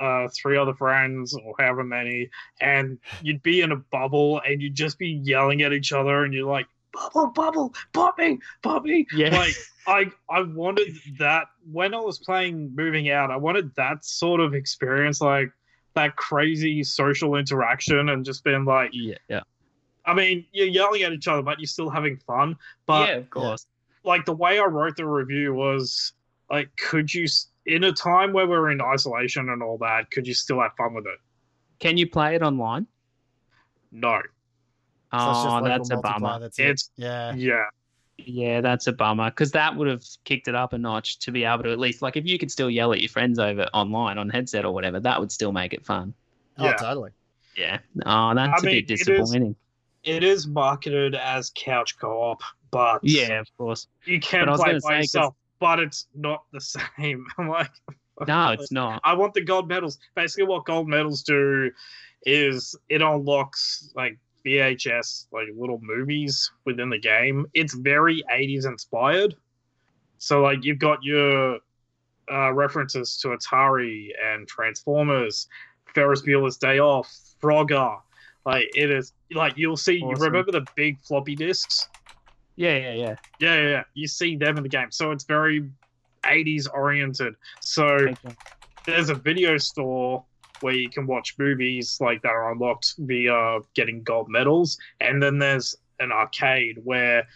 Speaker 3: uh, three other friends or however many, and you'd be in a bubble and you'd just be yelling at each other and you're like, bubble, bubble, pop me, pop me.
Speaker 2: yeah,
Speaker 3: Like I I wanted that when I was playing moving out, I wanted that sort of experience, like that crazy social interaction and just being like
Speaker 2: yeah, yeah,
Speaker 3: I mean, you're yelling at each other, but you're still having fun. But
Speaker 2: yeah, of course.
Speaker 3: like the way I wrote the review was like, could you s- in a time where we're in isolation and all that, could you still have fun with it?
Speaker 2: Can you play it online?
Speaker 1: So
Speaker 3: No.
Speaker 1: it's just
Speaker 2: Oh,
Speaker 1: local
Speaker 2: that's a
Speaker 1: multiplier,
Speaker 2: bummer.
Speaker 1: That's it.
Speaker 3: It's
Speaker 1: yeah.
Speaker 3: yeah.
Speaker 2: Yeah, that's a bummer because that would have kicked it up a notch to be able to at least like if you could still yell at your friends over online on headset or whatever, that would still make it fun.
Speaker 1: Oh,
Speaker 3: Yeah.
Speaker 1: totally.
Speaker 2: Yeah. Oh, that's a
Speaker 3: mean,
Speaker 2: bit
Speaker 3: it is-
Speaker 2: disappointing.
Speaker 3: It is marketed as couch co-op, but
Speaker 2: Yeah, of course.
Speaker 3: you
Speaker 2: But
Speaker 3: can
Speaker 2: I was
Speaker 3: play
Speaker 2: gonna say,
Speaker 3: by
Speaker 2: 'cause-
Speaker 3: yourself, but it's not the same. I'm like,
Speaker 2: No, it's not.
Speaker 3: I want the gold medals. Basically, what gold medals do is it unlocks like VHS, like little movies within the game. It's very 80s inspired. So, like, you've got your uh, references to Atari and Transformers, Ferris Bueller's Day Off, Frogger. Like, it is like you'll see, you
Speaker 2: Awesome.
Speaker 3: remember the big floppy disks?
Speaker 2: Yeah, yeah, yeah.
Speaker 3: Yeah, yeah, yeah. You see them in the game. So, it's very 80s oriented. So,
Speaker 2: Okay.
Speaker 3: there's a video store where you can watch movies like that are unlocked via getting gold medals, and then there's an arcade where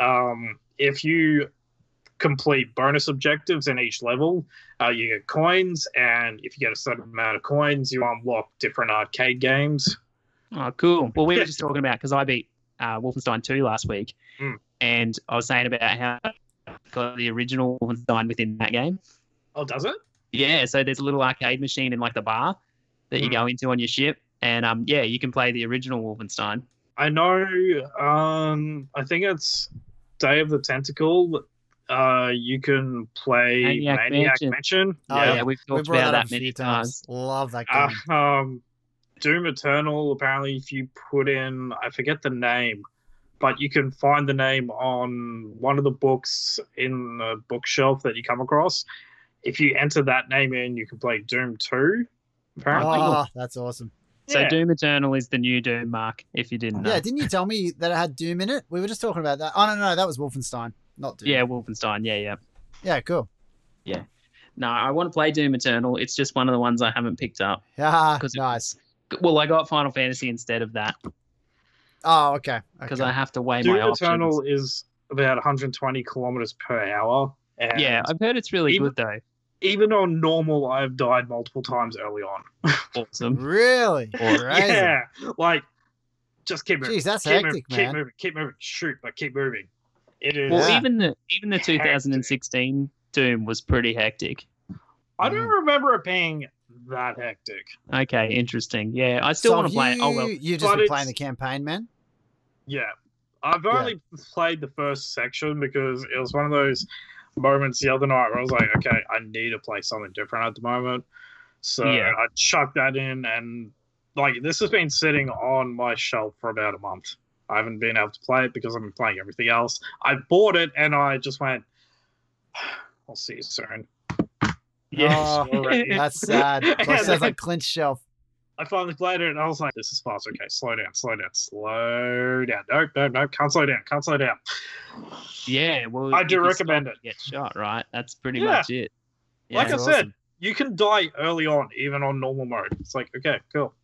Speaker 3: um, if you complete bonus objectives in each level, uh, you get coins, and if you get a certain amount of coins, you unlock different arcade games.
Speaker 2: Oh, cool. Well, we were just talking about because I beat uh, Wolfenstein 2 last week,
Speaker 3: Mm.
Speaker 2: and I was saying about how I got the original Wolfenstein within that game.
Speaker 3: Oh, does it?
Speaker 2: Yeah, so there's a little arcade machine in like the bar that you
Speaker 3: Hmm.
Speaker 2: go into on your ship, and um, yeah, you can play the original Wolfenstein.
Speaker 3: I know. Um, I think it's Day of the Tentacle. Uh, you can play
Speaker 2: Maniac
Speaker 3: Maniac,
Speaker 2: Mansion.
Speaker 3: Mansion.
Speaker 1: Oh,
Speaker 2: yeah,
Speaker 1: yeah.
Speaker 2: we've
Speaker 1: We
Speaker 2: talked
Speaker 1: brought up
Speaker 2: about that
Speaker 1: a few
Speaker 2: many times. Ah.
Speaker 1: Love that game.
Speaker 3: Uh, um, Doom Eternal. Apparently, if you put in, I forget the name, but you can find the name on one of the books in the bookshelf that you come across. If you enter that name in, you can play Doom Two. Apparently,
Speaker 1: oh, that's awesome.
Speaker 2: So
Speaker 3: Yeah.
Speaker 2: Doom Eternal is the new Doom, Mark. If you didn't know,
Speaker 1: Yeah,
Speaker 2: yeah,
Speaker 1: didn't you tell me that it had Doom in it? We were just talking about that. Oh no, no, no, that was Wolfenstein, not Doom.
Speaker 2: Wolfenstein. Yeah, yeah.
Speaker 1: yeah, cool.
Speaker 2: No, I want to play Doom Eternal. It's just one of the ones I haven't picked up.
Speaker 1: Yeah,
Speaker 2: 'Cause it-
Speaker 1: Ah, nice.
Speaker 2: Well, I got Final Fantasy instead of that
Speaker 1: Oh, okay.
Speaker 2: because
Speaker 1: okay.
Speaker 2: I have to weigh
Speaker 3: Doom
Speaker 2: my options.
Speaker 3: Eternal is about 120 kilometers per hour. And
Speaker 2: Yeah, I've heard it's really
Speaker 3: Even-
Speaker 2: good though.
Speaker 3: even on normal, I've died multiple times early on.
Speaker 2: Awesome.
Speaker 1: really
Speaker 2: Or-
Speaker 1: crazy.
Speaker 3: Yeah, like just keep moving.
Speaker 1: Jeez, that's
Speaker 3: keep
Speaker 1: hectic,
Speaker 3: moving, Keep
Speaker 1: man.
Speaker 3: moving. Keep moving. Shoot, but keep moving. It is.
Speaker 2: Well,
Speaker 1: Yeah.
Speaker 2: even the even the 2016 Doom was pretty hectic.
Speaker 3: I don't remember it being that hectic.
Speaker 2: Okay, interesting. Yeah, I still
Speaker 1: So
Speaker 2: want to
Speaker 1: have
Speaker 2: play. it. Oh well,
Speaker 1: you- You've just
Speaker 3: But
Speaker 1: been playing the
Speaker 3: it's-
Speaker 1: campaign, man.
Speaker 3: Yeah, I've only played the first section because it was one of those moments the other night where I was like, okay, I need to play something different at the moment. So
Speaker 2: Yeah.
Speaker 3: I chucked that in, and like this has been sitting on my shelf for about a month. I haven't been able to play it because I've been playing everything else. I bought it, and I just went, I'll see you soon.
Speaker 1: Oh,
Speaker 3: already.
Speaker 1: That's sad. Like,
Speaker 3: Yeah,
Speaker 1: sounds like Clint's shelf.
Speaker 3: I finally played it and I was like, this is fast. Okay, slow down, slow down, slow down. Nope, nope, nope. Can't slow down, can't slow down.
Speaker 2: yeah. Well,
Speaker 3: I
Speaker 2: if
Speaker 3: do
Speaker 2: you stop,
Speaker 3: recommend it.
Speaker 2: you Get shot right. That's pretty
Speaker 3: Yeah.
Speaker 2: much it. Yeah.
Speaker 3: like I
Speaker 1: it's
Speaker 3: said,
Speaker 1: awesome.
Speaker 3: you can die early on, even on normal mode. It's like, okay, cool.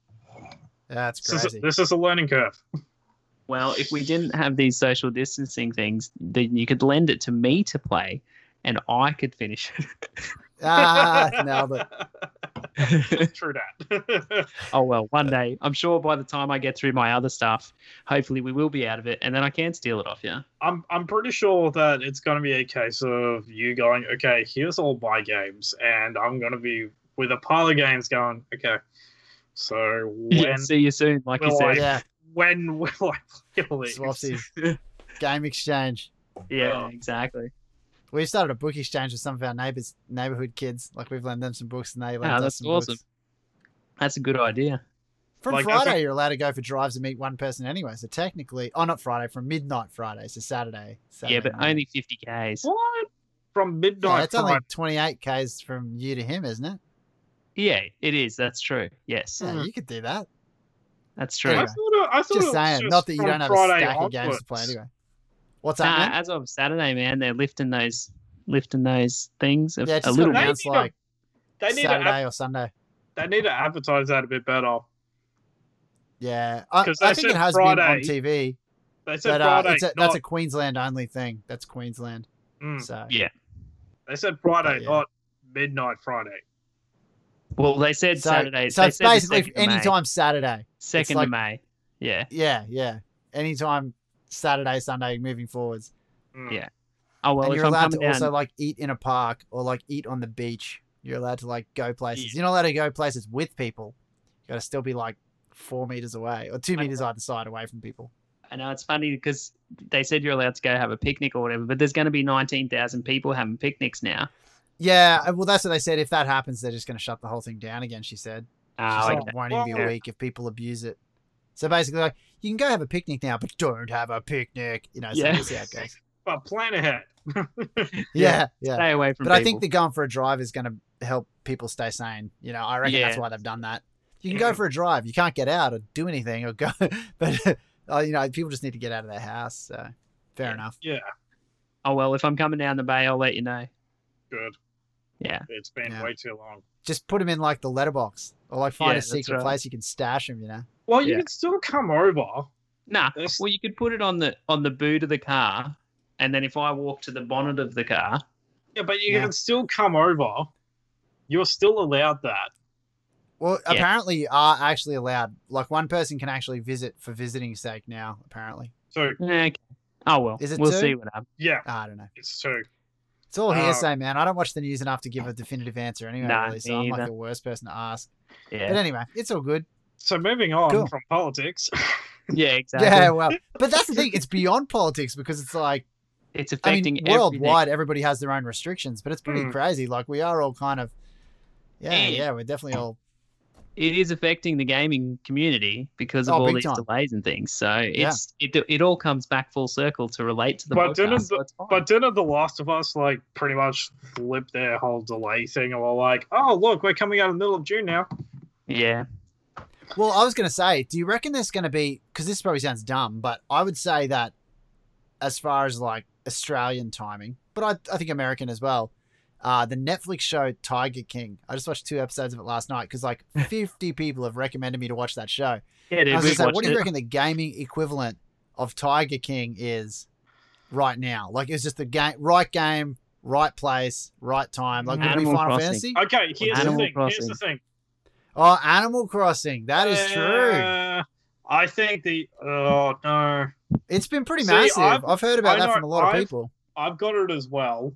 Speaker 1: That's
Speaker 3: This is,
Speaker 1: crazy.
Speaker 3: this is a learning curve.
Speaker 2: Well, if we didn't have these social distancing things, then you could lend it to me to play, and I could finish
Speaker 1: Ah, no, but
Speaker 2: it.
Speaker 3: True that.
Speaker 2: oh well, one day I'm sure by the time I get through my other stuff, hopefully we will be out of it, and then I can steal it off you.
Speaker 3: I'm I'm pretty sure that it's going to be a case of you going, okay, here's all my games, and I'm going to be with a pile of games going, okay. So
Speaker 2: Yeah.
Speaker 3: when
Speaker 2: See you soon, like you
Speaker 3: will I-
Speaker 2: said.
Speaker 1: yeah,
Speaker 3: when will I play all these?
Speaker 1: swapsies. Game exchange.
Speaker 2: Yeah, exactly.
Speaker 1: We've started a book exchange with some of our neighbors, neighborhood kids. Like we've lent them some books, and they lent
Speaker 2: Ah,
Speaker 1: us
Speaker 2: that's
Speaker 1: some
Speaker 2: awesome.
Speaker 1: books.
Speaker 2: That's a good idea.
Speaker 1: From
Speaker 3: Like, I
Speaker 1: Friday,
Speaker 3: think-
Speaker 1: you're allowed to go for drives and meet one person anyway. So technically, oh, not Friday, from midnight Friday, so Saturday. Saturday
Speaker 2: yeah, but
Speaker 1: night.
Speaker 2: only 50 Ks.
Speaker 3: What? From
Speaker 1: Yeah,
Speaker 3: midnight
Speaker 1: it's only 28 k's from you to him, isn't it?
Speaker 2: Yeah, it is. That's true. Yes,
Speaker 1: Yeah,
Speaker 3: Mhm.
Speaker 1: you could do that.
Speaker 2: that's
Speaker 3: I
Speaker 2: true.
Speaker 1: Anyway,
Speaker 3: thought it, I thought it
Speaker 1: Just
Speaker 3: was
Speaker 1: saying,
Speaker 3: just
Speaker 1: not that you
Speaker 3: from
Speaker 1: don't have
Speaker 3: Friday
Speaker 1: a stack of games to play
Speaker 3: onwards.
Speaker 1: anyway. What's
Speaker 2: Nah,
Speaker 1: that, man?
Speaker 2: as of Saturday, man, they're lifting those lifting those things a,
Speaker 1: Yeah,
Speaker 2: a
Speaker 1: just got
Speaker 2: little
Speaker 1: to
Speaker 2: bit.
Speaker 3: round.
Speaker 1: announce like
Speaker 3: They need, to, ad-
Speaker 1: Saturday or Sunday.
Speaker 3: they need to advertise that a bit better.
Speaker 1: Yeah, I,
Speaker 3: 'Cause
Speaker 1: I
Speaker 3: they
Speaker 1: think it
Speaker 3: said
Speaker 1: has been on
Speaker 3: Friday,
Speaker 1: TV,
Speaker 3: They said
Speaker 1: but uh,
Speaker 3: Friday.
Speaker 1: it's a,
Speaker 3: not,
Speaker 1: that's a Queensland only thing. That's Queensland.
Speaker 3: mm,
Speaker 1: So
Speaker 2: Hmm. Yeah.
Speaker 3: they said Friday,
Speaker 1: Yeah.
Speaker 3: not midnight Friday.
Speaker 2: Well, they said
Speaker 1: so,
Speaker 2: Saturday.
Speaker 1: so
Speaker 2: they
Speaker 1: it's
Speaker 2: said the
Speaker 1: basically
Speaker 2: 2nd of May.
Speaker 1: anytime Saturday.
Speaker 2: Second
Speaker 1: like-
Speaker 2: of May. Yeah,
Speaker 1: Yeah, yeah. Anytime Saturday, Sunday, moving forwards.
Speaker 3: Mm.
Speaker 2: Yeah. Oh well,
Speaker 1: and
Speaker 2: if
Speaker 1: you're
Speaker 2: I'm
Speaker 1: allowed to
Speaker 2: coming down,
Speaker 1: also like eat in a park or like eat on the beach. You're allowed to like go places. You're not allowed to go places with people. You gotta still be like four meters away or two
Speaker 2: I
Speaker 1: meters either side away from people.
Speaker 2: I know it's funny because they said you're allowed to go have a picnic or whatever, but there's going to be 19,000 people having picnics now.
Speaker 1: Yeah, uh, well that's what they said. If that happens, they're just gonna shut the whole thing down again, she said. She
Speaker 2: Oh,
Speaker 1: said
Speaker 2: okay.
Speaker 1: it won't even be a
Speaker 3: Well-
Speaker 1: week if people abuse it. So basically like you can go have a picnic now, but don't have a picnic. You know, so
Speaker 2: Yeah.
Speaker 1: we'll see how it goes.
Speaker 3: But plan ahead.
Speaker 1: Yeah, yeah.
Speaker 2: stay away from.
Speaker 1: But I think the going for a drive is going to help people stay sane. You know, I reckon that's
Speaker 2: Yeah. Mm-hmm.
Speaker 1: why they've done that. You can go for a drive. You can't get out or do anything or go, but uh, you know, people just need to get out of their house. So fair
Speaker 2: Yeah.
Speaker 1: enough.
Speaker 2: oh well, if I'm coming down the bay, I'll let you know.
Speaker 3: Good.
Speaker 2: Yeah.
Speaker 3: It's been
Speaker 1: Yeah.
Speaker 3: way too long.
Speaker 1: Just put them in like the letterbox or like find
Speaker 2: Yeah,
Speaker 1: a
Speaker 2: that's
Speaker 1: secret
Speaker 2: right.
Speaker 1: place you can stash them. You know.
Speaker 3: Well, you
Speaker 2: Yeah.
Speaker 3: can still come over.
Speaker 2: Nah.
Speaker 3: There's-
Speaker 2: Well, you could put it on the on the boot of the car, and then if I walk to the bonnet of the car,
Speaker 3: Yeah, but you
Speaker 1: Yeah.
Speaker 3: can still come over. You're still allowed that.
Speaker 1: Well,
Speaker 2: Yeah.
Speaker 1: apparently you are actually allowed. Like one person can actually visit for visiting sake now. Apparently,
Speaker 3: So
Speaker 2: eh, okay. oh well,
Speaker 1: Is it
Speaker 2: we'll
Speaker 1: two?
Speaker 2: see what happens.
Speaker 3: yeah,
Speaker 1: Ah, I don't know.
Speaker 3: it's true.
Speaker 1: It's all
Speaker 3: Uh,
Speaker 1: hearsay, man. I don't watch the news enough to give a definitive answer anyway.
Speaker 2: Nah,
Speaker 1: really, so
Speaker 2: me
Speaker 1: I'm like
Speaker 2: either.
Speaker 1: the worst person to ask.
Speaker 2: Yeah.
Speaker 1: But anyway, it's all good.
Speaker 3: So moving on
Speaker 1: Cool.
Speaker 3: from politics,
Speaker 2: Yeah, exactly.
Speaker 1: Yeah, well, but that's the thing. It's beyond politics because it's like
Speaker 2: it's
Speaker 1: I
Speaker 2: affecting
Speaker 1: mean,
Speaker 2: everything. Hmm.
Speaker 1: worldwide, everybody has their own restrictions, but it's pretty
Speaker 3: Mm.
Speaker 1: crazy. Like we are all kind of, yeah,
Speaker 2: And-
Speaker 1: yeah, we're definitely all
Speaker 2: It is affecting the gaming community because of
Speaker 1: Oh,
Speaker 2: all
Speaker 1: big
Speaker 2: these
Speaker 1: time.
Speaker 2: delays and things. So it's it, it all comes back full circle to relate to the
Speaker 3: But didn't
Speaker 2: podcast. so
Speaker 3: the-
Speaker 2: it's fine.
Speaker 3: but didn't The Last of Us like pretty much flip their whole delay thing and were like, oh look, we're coming out in the middle of June now.
Speaker 2: yeah,
Speaker 1: Well, I was going to say, do you reckon there's going to be, because this probably sounds dumb, but I would say that as far as like Australian timing, but I, I think American as well, uh, the Netflix show Tiger King, I just watched two episodes of it last night because like 50 people have recommended me to watch that show.
Speaker 2: yeah,
Speaker 1: I was
Speaker 2: dude,
Speaker 1: going
Speaker 2: we've
Speaker 1: to say, what
Speaker 2: watched
Speaker 1: do you
Speaker 2: it.
Speaker 1: reckon the gaming equivalent of Tiger King is right now? Like it's just the game, right game, right place, right time. Like would it be
Speaker 2: Animal
Speaker 1: Final Fantasy?
Speaker 2: Crossing.
Speaker 3: Okay, here's
Speaker 2: Animal
Speaker 3: the thing. Here's
Speaker 2: Crossing.
Speaker 3: the thing.
Speaker 1: Oh, Animal Crossing. That is true.
Speaker 3: Uh, I think the oh no,
Speaker 1: It's been pretty
Speaker 3: See,
Speaker 1: massive. I've,
Speaker 3: I've-
Speaker 1: heard about
Speaker 3: I
Speaker 1: that
Speaker 3: know-
Speaker 1: from a lot of
Speaker 3: I've-
Speaker 1: people.
Speaker 3: I've got it as well.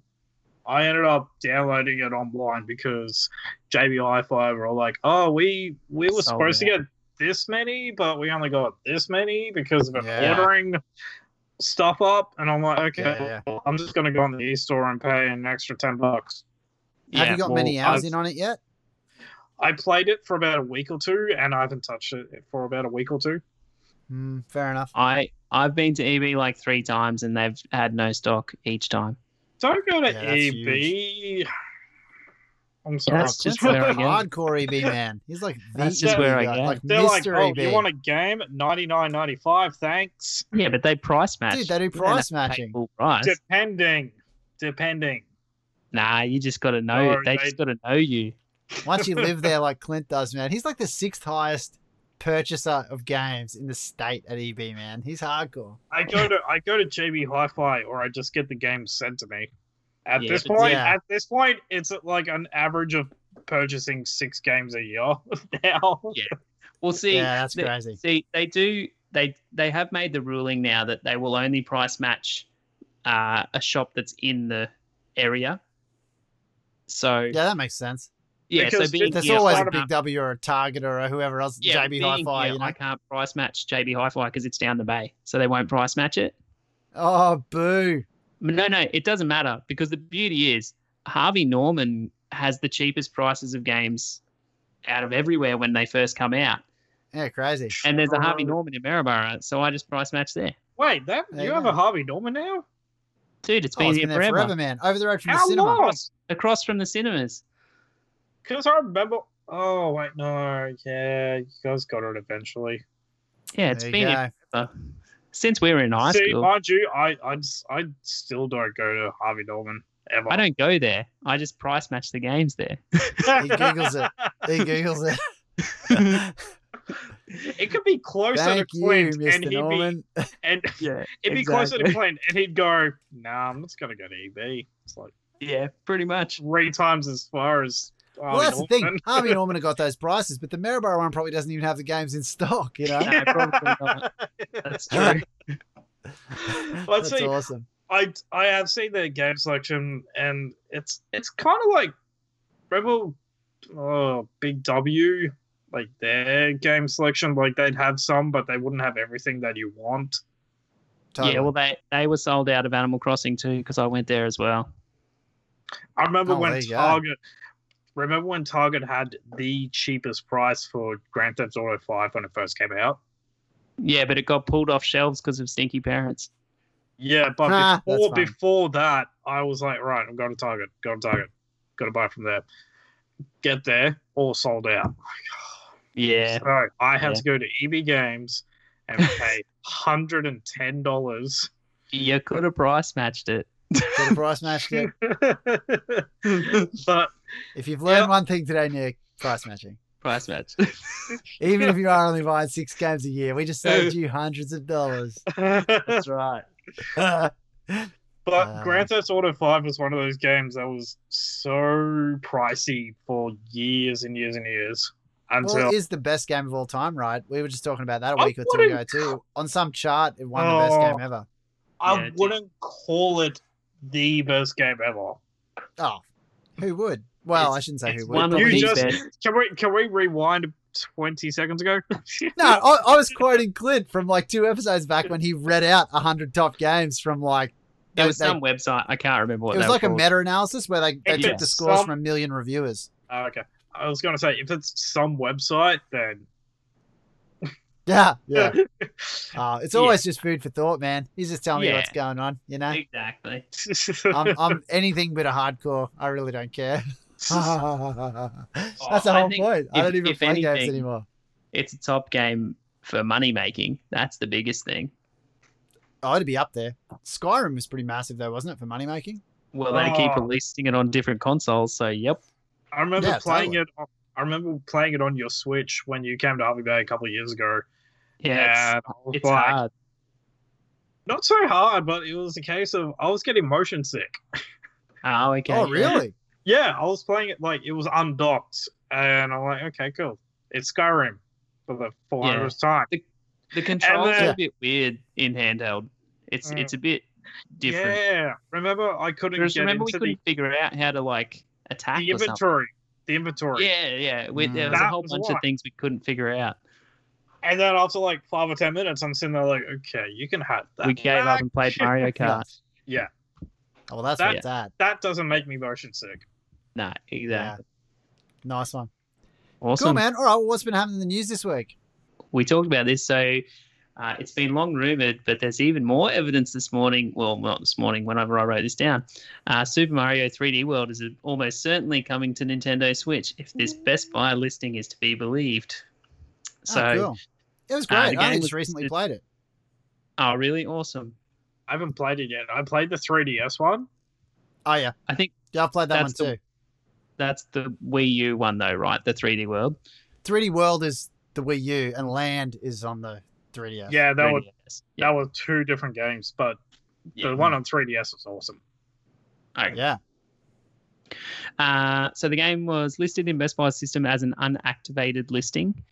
Speaker 3: I ended up downloading it online because JB Hi-Fi were all like, "Oh, we we were
Speaker 2: Sold
Speaker 3: supposed to get this many, but we only got this many because of
Speaker 1: Yeah.
Speaker 3: ordering stuff up." And I'm like, "Okay,
Speaker 1: Yeah,
Speaker 3: I'm just gonna go on the e-store and pay an extra ten bucks."
Speaker 1: Have
Speaker 2: Yeah,
Speaker 1: you got
Speaker 3: well,
Speaker 1: many uh, hours
Speaker 3: I've-
Speaker 1: in on it yet?
Speaker 3: I played it for about a week or two, and I haven't touched it for about a week or two.
Speaker 1: Hmm, fair enough.
Speaker 2: I I've been to EB like three times and they've had no stock each time.
Speaker 3: Don't go to
Speaker 1: Yeah, that's
Speaker 3: EB. I'm sorry.
Speaker 2: That's just
Speaker 1: That's
Speaker 2: where I
Speaker 1: a
Speaker 2: go.
Speaker 1: Oh, hardcore EB man. He's like the E
Speaker 2: That's just where I
Speaker 1: guy,
Speaker 2: go.
Speaker 1: like E
Speaker 3: They're like,
Speaker 1: Mr.
Speaker 3: oh,
Speaker 1: EB.
Speaker 3: you want a game? Ninety nine ninety five. Thanks.
Speaker 2: Yeah, but they price match.
Speaker 1: Dude, they do
Speaker 2: don't
Speaker 1: price
Speaker 2: have to pay
Speaker 1: matching.
Speaker 2: Full price.
Speaker 3: Depending, depending.
Speaker 2: Nah, you just got to know.
Speaker 3: No,
Speaker 2: they
Speaker 3: they-
Speaker 2: just got to know you.
Speaker 1: Once you live there like Clint does, man, he's like the sixth highest purchaser of games in the state at EB, man. He's hardcore.
Speaker 3: I go to I go to JB Hi-Fi, or I just get the game sent to me. At
Speaker 2: Yeah,
Speaker 3: this
Speaker 2: but-
Speaker 3: point,
Speaker 1: Yeah.
Speaker 3: at this point, it's at like an average of purchasing six games a year now.
Speaker 2: Well, see,
Speaker 1: yeah, that's
Speaker 2: the-
Speaker 1: crazy.
Speaker 2: See, they do. They they have made the ruling now that they will only price match uh, a shop that's in the area. So yeah,
Speaker 1: Yeah, that makes sense.
Speaker 2: so
Speaker 3: because
Speaker 2: being
Speaker 1: There's
Speaker 2: here,
Speaker 1: always
Speaker 2: I
Speaker 1: a big
Speaker 2: can't-
Speaker 1: W or a Target or a whoever else,
Speaker 2: yeah,
Speaker 1: JB
Speaker 2: being
Speaker 1: Hi-Fi,
Speaker 2: here,
Speaker 1: you know.
Speaker 2: I can't price match JB Hi-Fi because it's down the bay, so they won't price match it.
Speaker 1: Oh, boo.
Speaker 2: No, no, it doesn't matter because the beauty is Harvey Norman has the cheapest prices of games out of everywhere when they first come out,
Speaker 1: Yeah, crazy.
Speaker 2: and there's a Harvey Norman in Maryborough, so I just price match there.
Speaker 3: Wait, that
Speaker 1: There
Speaker 3: you
Speaker 1: you
Speaker 3: have
Speaker 1: go.
Speaker 3: a Harvey Norman now?
Speaker 2: Dude, it's
Speaker 1: Oh,
Speaker 2: been
Speaker 1: it's
Speaker 2: here
Speaker 1: been there
Speaker 2: forever.
Speaker 1: forever, man. Over the road from the
Speaker 3: How
Speaker 1: cinema.
Speaker 3: long?
Speaker 2: across from the cinemas.
Speaker 3: Because I remember. Oh wait, no, yeah, you guys got it eventually.
Speaker 2: Yeah, it's
Speaker 1: There you
Speaker 2: been
Speaker 1: go.
Speaker 2: here forever. since we were in high
Speaker 3: See,
Speaker 2: school.
Speaker 3: mind you, I, I, s- I still don't go to Harvey Norman ever.
Speaker 2: I don't go there. I just price match the games there.
Speaker 1: He giggles it. He giggles it.
Speaker 3: It could be closer
Speaker 1: Thank
Speaker 3: to
Speaker 1: you,
Speaker 3: Clint, and
Speaker 1: Mr.
Speaker 3: he'd
Speaker 1: Norman.
Speaker 3: be and it'd
Speaker 2: yeah,
Speaker 3: be closer to Clint, and he'd go, "Nah, I'm just gonna go to EB." It's like
Speaker 2: yeah, pretty much.
Speaker 3: three times as far as.
Speaker 1: Well, that's the thing. Harvey Norman have got those prices, but the Maryborough one probably doesn't even have the games in stock. You know,
Speaker 2: No, probably not. That's true.
Speaker 1: that's
Speaker 3: Let's see.
Speaker 1: awesome.
Speaker 3: I I have seen their game selection, and it's it's kind of like Rebel, oh, Big W, like their game selection. Like they'd have some, but they wouldn't have everything that you want.
Speaker 1: Totally.
Speaker 2: Yeah, well, they they were sold out of Animal Crossing too because I went there as well.
Speaker 3: I remember
Speaker 1: Oh, there
Speaker 3: when
Speaker 1: you go.
Speaker 3: Target. Remember when Target had the cheapest price for Grand Theft Auto Five when it first came out?
Speaker 2: Yeah, but it got pulled off shelves because of stinky parents.
Speaker 3: Yeah, but
Speaker 1: Ah, that's
Speaker 3: before
Speaker 1: fine.
Speaker 3: before that, I was like, right, I'm going to Target, going to Target, going to buy from there. Get there, all sold out.
Speaker 2: Yeah,
Speaker 3: So I had
Speaker 2: Yeah.
Speaker 3: to go to EB Games and pay hundred and ten dollars.
Speaker 2: you could have price matched it.
Speaker 1: Got a price matching.
Speaker 3: but
Speaker 1: If you've learned
Speaker 3: Yeah.
Speaker 1: one thing today, Nick, price matching.
Speaker 2: Price match.
Speaker 1: Even if you are only buying six games a year, we just saved you hundreds of dollars.
Speaker 3: but
Speaker 1: That's right. yeah, Uh.
Speaker 3: Grand Theft Auto Five was one of those games that was so pricey for years and years and years until
Speaker 1: well, it is the best game of all time, right? We were just talking about that a
Speaker 3: I
Speaker 1: week or two ago
Speaker 3: wouldn't-
Speaker 1: too. On some chart, it won the best
Speaker 3: Oh.
Speaker 1: game ever.
Speaker 2: Yeah,
Speaker 3: I
Speaker 2: it did.
Speaker 3: wouldn't call it the best game ever.
Speaker 1: Oh, who would? Well,
Speaker 2: It's-
Speaker 1: I shouldn't say
Speaker 2: it's
Speaker 1: who would.
Speaker 2: one of
Speaker 1: probably
Speaker 3: You
Speaker 2: the
Speaker 1: just-
Speaker 3: just-
Speaker 2: best.
Speaker 3: Can we can we rewind 20 seconds ago?
Speaker 1: No, oh. I, I was quoting Clint from like two episodes back when he read out 100 top games from like.
Speaker 2: There
Speaker 1: they-
Speaker 2: was
Speaker 1: they-
Speaker 2: some website. I can't remember what
Speaker 1: it was
Speaker 2: they were
Speaker 1: like a
Speaker 2: called.
Speaker 1: meta analysis where they, they took the
Speaker 2: Yes.
Speaker 1: scores
Speaker 3: Some-
Speaker 1: from a million reviewers.
Speaker 3: Oh, okay. I was going to say, if it's some website, then.
Speaker 1: Yeah, yeah. Uh, it's
Speaker 2: Yeah.
Speaker 1: always just food for thought, man. He's just telling me
Speaker 2: Yeah.
Speaker 1: what's going on, you know?
Speaker 2: Exactly.
Speaker 1: I'm, I'm anything but a hardcore. I really don't care. That's the
Speaker 2: Oh, I
Speaker 1: whole
Speaker 2: think
Speaker 1: point. I
Speaker 2: if-
Speaker 1: don't even
Speaker 2: if
Speaker 1: play games
Speaker 2: anything-
Speaker 1: anymore.
Speaker 2: It's a top game for money making. That's the biggest thing.
Speaker 1: Oh, it'd be up there. Skyrim was pretty massive, though, wasn't it, for money making?
Speaker 2: Well, they keep
Speaker 3: Oh.
Speaker 2: releasing it on different consoles. So, yep.
Speaker 3: I remember
Speaker 1: Yeah,
Speaker 3: playing
Speaker 1: totally.
Speaker 3: it. On, I remember playing it on your Switch when you came to Harvey Bay a couple of years ago.
Speaker 2: Yeah.
Speaker 3: And I was
Speaker 2: It's, it's
Speaker 3: like,
Speaker 1: Oh,
Speaker 2: hard.
Speaker 3: Not so hard, but it was a case of I was getting motion sick.
Speaker 2: Oh, okay.
Speaker 1: Oh, really?
Speaker 3: Yeah, I was playing it like it was undocked, and I'm like, okay, cool. It's Skyrim for the 400th time.
Speaker 2: The controls
Speaker 3: then-
Speaker 2: are a bit weird in handheld. It's
Speaker 3: Mm.
Speaker 2: it's a bit different.
Speaker 3: Yeah, remember I couldn't
Speaker 2: Because
Speaker 3: get
Speaker 2: remember we
Speaker 3: into
Speaker 2: couldn't
Speaker 3: the,
Speaker 2: figure out how to like attack
Speaker 3: the
Speaker 2: or something.
Speaker 3: inventory. The inventory.
Speaker 2: Yeah, yeah. We,
Speaker 1: Mm.
Speaker 2: There was a
Speaker 3: That
Speaker 2: whole
Speaker 3: was
Speaker 2: bunch
Speaker 3: why.
Speaker 2: of things we couldn't figure out.
Speaker 3: And then after like five or ten minutes, I'm sitting there like, okay, you can hack that.
Speaker 2: we gave up
Speaker 3: back.
Speaker 2: and played Mario Kart.
Speaker 3: Yeah,
Speaker 1: Oh, well, that's
Speaker 3: That-
Speaker 1: what it's at.
Speaker 3: that doesn't make me motion sick.
Speaker 2: no, exactly.
Speaker 1: Nice one.
Speaker 2: Awesome.
Speaker 1: Cool, man. All right. Well, what's been happening in the news this week? Oh,
Speaker 2: we talked about this. So uh, it's been long rumored, but there's even more evidence this morning. Well, not this morning, whenever I wrote this down. Uh, Super Mario 3D World is almost certainly coming to Nintendo Switch if this Best Buy listing is to be believed. So,
Speaker 1: oh, cool. It was
Speaker 2: uh, the
Speaker 1: great. I
Speaker 2: game
Speaker 1: only just
Speaker 2: was-
Speaker 1: recently
Speaker 2: it-
Speaker 1: played it.
Speaker 2: oh, really awesome.
Speaker 3: I haven't played it yet. I played the 3DS one.
Speaker 1: Oh, yeah.
Speaker 2: I think
Speaker 1: Yeah, I've played that one
Speaker 2: That's the-
Speaker 1: too.
Speaker 2: that's the Wii U one, though, right? The 3D World.
Speaker 1: 3D World is the Wii U, and Land is on the 3DS.
Speaker 3: Yeah, that was
Speaker 2: 3DS. Yeah,
Speaker 3: that were two different games, but
Speaker 2: yeah.
Speaker 3: the one on 3DS was awesome.
Speaker 2: Okay.
Speaker 1: Yeah.
Speaker 2: Uh, so the game was listed in Best Buy's system as an unactivated listing.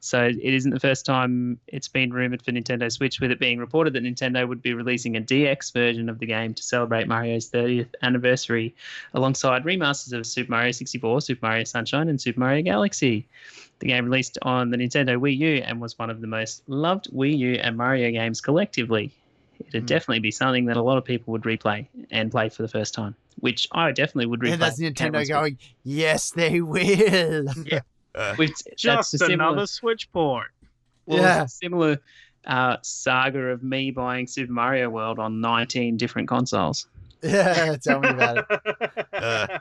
Speaker 2: So it isn't the first time it's been rumored for Nintendo Switch, with it being reported that Nintendo would be releasing a DX version of the game to celebrate Mario's 30th anniversary, alongside remasters of Super Mario 64, Super Mario Sunshine, and Super Mario Galaxy. The game released on the Nintendo Wii U and was one of the most loved Wii U and Mario games collectively. It'd
Speaker 1: Mm.
Speaker 2: definitely be something that a lot of people would replay and play for the first time, which I definitely would replay.
Speaker 1: And that's
Speaker 2: And
Speaker 1: Nintendo
Speaker 2: once more.
Speaker 1: going, yes, they will.
Speaker 2: Which, that's
Speaker 3: Just
Speaker 2: a similar,
Speaker 3: another Switch port.
Speaker 2: well,
Speaker 1: Yeah.
Speaker 2: it's a similar uh, saga of me buying Super Mario World on 19 different consoles.
Speaker 1: yeah, tell me about it.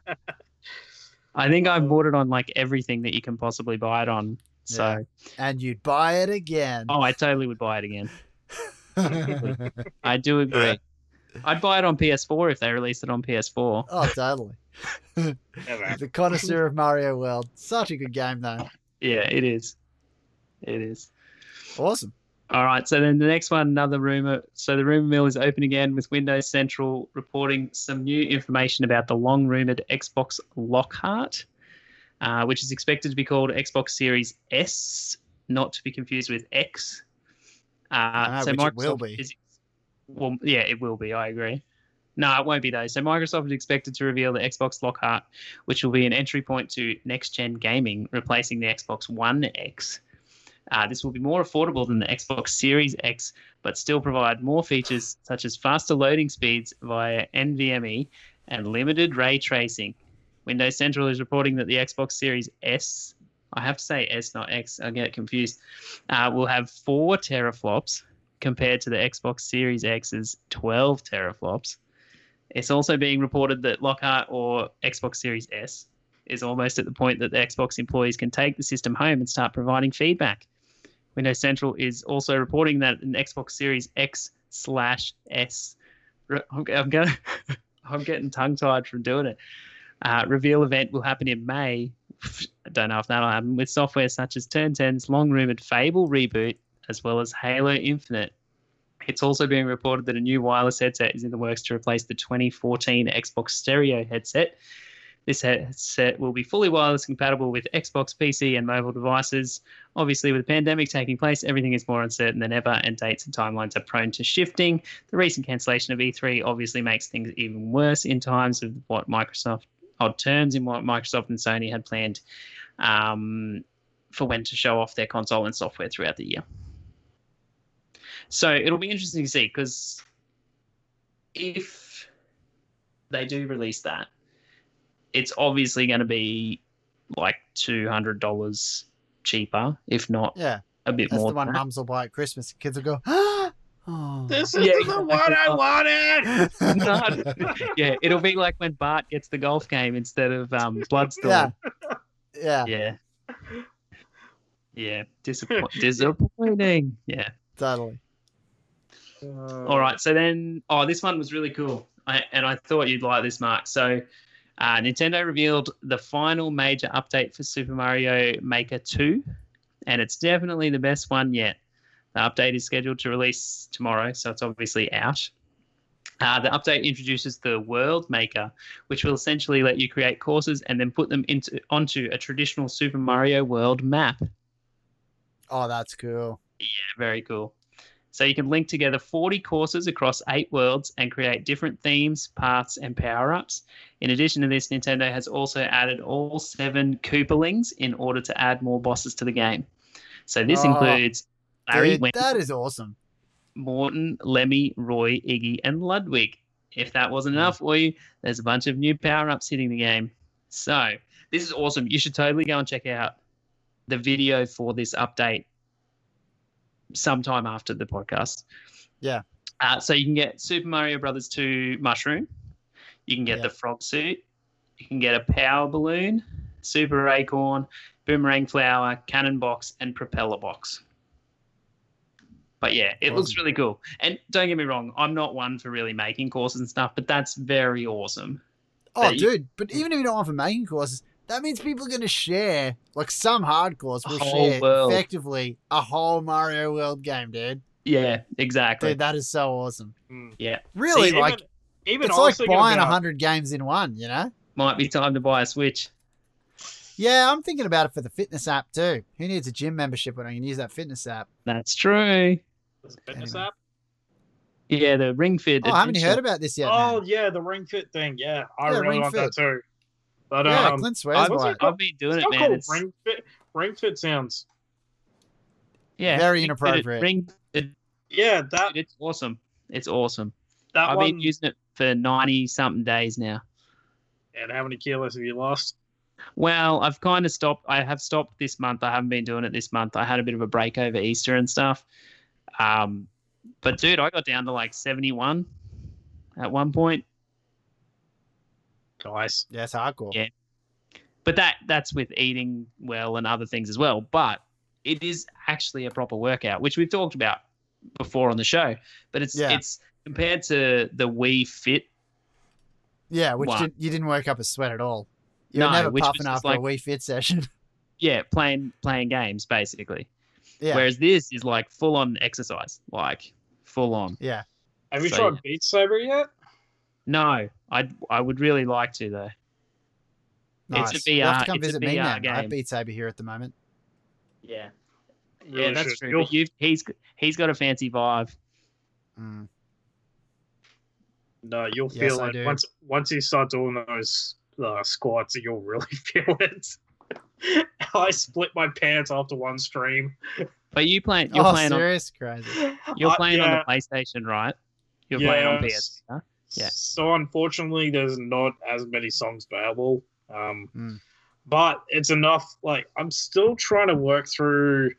Speaker 2: I think I bought it on like everything that you can possibly buy it on. So,
Speaker 1: Yeah. And you'd buy it again.
Speaker 2: oh, I totally would buy it again. I do agree. I'd buy it on PS4 if they released it on PS4.
Speaker 1: oh, totally. The connoisseur of Mario World. Such a good game, though.
Speaker 2: Yeah, it is. It is.
Speaker 1: Awesome.
Speaker 2: All right. So then the next one, another rumor. So the rumor mill is open again with Windows Central reporting some new information about the long rumored Xbox Lockhart, uh, which is expected to be called Xbox Series S, not to be confused with X.
Speaker 1: I
Speaker 2: Uh,
Speaker 1: know, Ah,
Speaker 2: so
Speaker 1: which
Speaker 2: Microsoft
Speaker 1: it will be.
Speaker 2: Is, well, yeah, it will be. I agree. No, it won't be though. So Microsoft is expected to reveal the Xbox Lockhart, which will be an entry point to next-gen gaming, replacing the Xbox One X. Uh, this will be more affordable than the Xbox Series X, but still provide more features such as faster loading speeds via NVMe E and limited ray tracing. Windows Central is reporting that the Xbox Series S, I have to say S, not X, I get confused, uh, will have four teraflops compared to the Xbox Series X's 12 teraflops. It's also being reported that Lockhart or Xbox Series S is almost at the point that the Xbox employees can take the system home and start providing feedback. Windows Central is also reporting that an Xbox Series X slash S. re- I'm, I'm going I'm getting tongue tied from doing it. Uh, reveal event will happen in May. I don't know if that'll happen with software such as Turn 10's long rumored Fable reboot, as well as Halo Infinite. It's also being reported that a new wireless headset is in the works to replace the 2014 Xbox Stereo headset. This headset will be fully wireless compatible with Xbox, PC, and mobile devices. Obviously, with the pandemic taking place, everything is more uncertain than ever, and dates and timelines are prone to shifting. The recent cancellation of E3 obviously makes things even worse in times of what Microsoft, odd terms in what Microsoft and Sony had planned um, for when to show off their console and software throughout the year. So it'll be interesting to see because if they do release that, it's obviously going to be like two hundred dollars cheaper, if not
Speaker 1: Yeah,
Speaker 2: a bit
Speaker 1: that's
Speaker 2: more.
Speaker 1: the one
Speaker 2: than that.
Speaker 1: mums will buy at Christmas. Kids will go, ah, oh.
Speaker 3: This
Speaker 2: Yeah,
Speaker 3: is the
Speaker 2: exactly. Oh.
Speaker 3: one I wanted.
Speaker 2: No. yeah, it'll be like when Bart gets the golf game instead of um,
Speaker 1: yeah,
Speaker 2: Bloodstorm.
Speaker 1: yeah.
Speaker 2: yeah. Yeah, disappoint- disappointing. Yeah.
Speaker 1: Totally.
Speaker 2: All right. So then, oh, this one was really cool. I, and I thought you'd like this, Mark. So, uh, Nintendo revealed the final major update for Super Mario Maker 2, and it's definitely the best one yet. The update is scheduled to release tomorrow, so it's obviously out. Uh, the update introduces the World Maker, which will essentially let you create courses and then put them into onto a traditional Super Mario World map.
Speaker 1: Oh, that's cool.
Speaker 2: Very cool. So you can link together 40 courses across eight worlds and create different themes, paths, and power ups. In addition to this, Nintendo has also added all seven Koopalings in order to add more bosses to the game. So this
Speaker 1: Oh,
Speaker 2: includes Larry,
Speaker 1: Dude,
Speaker 2: Wen-
Speaker 1: that is awesome.
Speaker 2: Morton, Lemmy, Roy, Iggy, and Ludwig. If that wasn't enough for you, there's a bunch of new power ups hitting the game. So, this is awesome. You should totally go and check out the video for this update sometime after the podcast.
Speaker 1: Yeah.
Speaker 2: Uh, so, you can get Super Mario Brothers 2 Mushroom, you can get
Speaker 1: Yeah.
Speaker 2: the Frog Suit, you can get a Power Balloon, Super Acorn, Boomerang Flower, Cannon Box, and Propeller Box. But yeah, it looks
Speaker 1: Awesome.
Speaker 2: really cool. And don't get me wrong, I'm not one for really making courses and stuff, but that's very awesome.
Speaker 1: Oh,
Speaker 2: But you-
Speaker 1: dude, but even if you don't want for making courses, that means people are going to share, like some hardcores
Speaker 2: A
Speaker 1: will
Speaker 2: whole
Speaker 1: share
Speaker 2: world.
Speaker 1: effectively a whole Mario World game, dude.
Speaker 2: Yeah, exactly.
Speaker 1: Dude, that is so awesome.
Speaker 3: Mm.
Speaker 1: Really,
Speaker 3: See,
Speaker 1: like,
Speaker 3: even, even
Speaker 1: it's
Speaker 3: I was
Speaker 1: like
Speaker 3: thinking
Speaker 1: buying a
Speaker 3: about-
Speaker 1: 100 games in one, you know?
Speaker 2: Might be time to buy a Switch.
Speaker 1: Yeah, I'm thinking about it for the fitness app too. Who needs a gym membership when I can use that fitness app?
Speaker 2: That's true.
Speaker 3: Fitness
Speaker 1: Anyway.
Speaker 3: app?
Speaker 2: Yeah, the Ring Fit.
Speaker 1: Oh, I haven't you
Speaker 2: Adventure.
Speaker 1: heard about this yet.
Speaker 3: Oh
Speaker 1: man?
Speaker 3: yeah, the Ring Fit thing. Yeah, I
Speaker 1: Yeah,
Speaker 3: really
Speaker 1: Ring
Speaker 3: want that
Speaker 1: Fit.
Speaker 3: too. But
Speaker 1: yeah,
Speaker 3: um,
Speaker 1: Clint swears
Speaker 3: I was
Speaker 1: by it.
Speaker 3: like-
Speaker 2: I've been doing
Speaker 3: it's
Speaker 2: it,
Speaker 3: not
Speaker 2: man.
Speaker 3: called
Speaker 2: It's,
Speaker 3: Ring Fit. Ring Fit sounds.
Speaker 2: yeah,
Speaker 1: Very
Speaker 2: Ring Fit-
Speaker 1: inappropriate.
Speaker 2: Ring Fit,
Speaker 3: Yeah, that
Speaker 2: it's awesome. It's awesome.
Speaker 3: that
Speaker 2: I've
Speaker 3: one.
Speaker 2: been using it for ninety something days now.
Speaker 3: and how many kilos have you lost?
Speaker 2: Well, I've kind of stopped. I have stopped this month. I haven't been doing it this month. I had a bit of a break over Easter and stuff. Um, but dude, I got down to like seventy-one at one point.
Speaker 3: Guys,
Speaker 1: Yeah, it's hardcore.
Speaker 2: Yeah. But that that's with eating well and other things as well. But it is actually a proper workout, which we've talked about before on the show. But it's
Speaker 1: Yeah.
Speaker 2: it's compared to the Wii Fit.
Speaker 1: Yeah, which
Speaker 2: Wow.
Speaker 1: didn't, you didn't work up a sweat at all. You were
Speaker 2: No,
Speaker 1: never
Speaker 2: which was
Speaker 1: puffing
Speaker 2: just
Speaker 1: after a Wii Fit session.
Speaker 2: Yeah, playing playing games basically.
Speaker 1: yeah,
Speaker 2: Whereas this is like full on exercise, like full on.
Speaker 1: yeah.
Speaker 3: have you
Speaker 2: So-
Speaker 3: tried Beat Saber yet?
Speaker 2: No, I I would really like to though.
Speaker 1: Nice.
Speaker 2: It's a
Speaker 1: You'll have
Speaker 2: VR
Speaker 1: to come
Speaker 2: it's a
Speaker 1: visit
Speaker 2: VR
Speaker 1: me now. I
Speaker 2: game.
Speaker 1: have Beat Saber here at the moment.
Speaker 2: Yeah, yeah,
Speaker 3: Really
Speaker 2: that's
Speaker 3: should.
Speaker 2: true.
Speaker 3: You'll-
Speaker 2: But you've, he's he's got a fancy vibe.
Speaker 1: Mm.
Speaker 3: No, you'll
Speaker 1: Yes,
Speaker 3: feel
Speaker 1: I do.
Speaker 3: it once once you start doing those uh, squats, you'll really feel it. I split my pants after one stream.
Speaker 2: But you playing you're
Speaker 1: Oh,
Speaker 2: playing on,
Speaker 1: serious? Crazy.
Speaker 2: you're
Speaker 3: Uh,
Speaker 2: playing
Speaker 3: yeah.
Speaker 2: on the PlayStation, right? You're playing on PS.
Speaker 3: Yes.
Speaker 2: huh? Yeah.
Speaker 3: So unfortunately, there's not as many songs available. Um,
Speaker 2: Hmm.
Speaker 1: Mm.
Speaker 3: But it's enough. Like I'm still trying to work through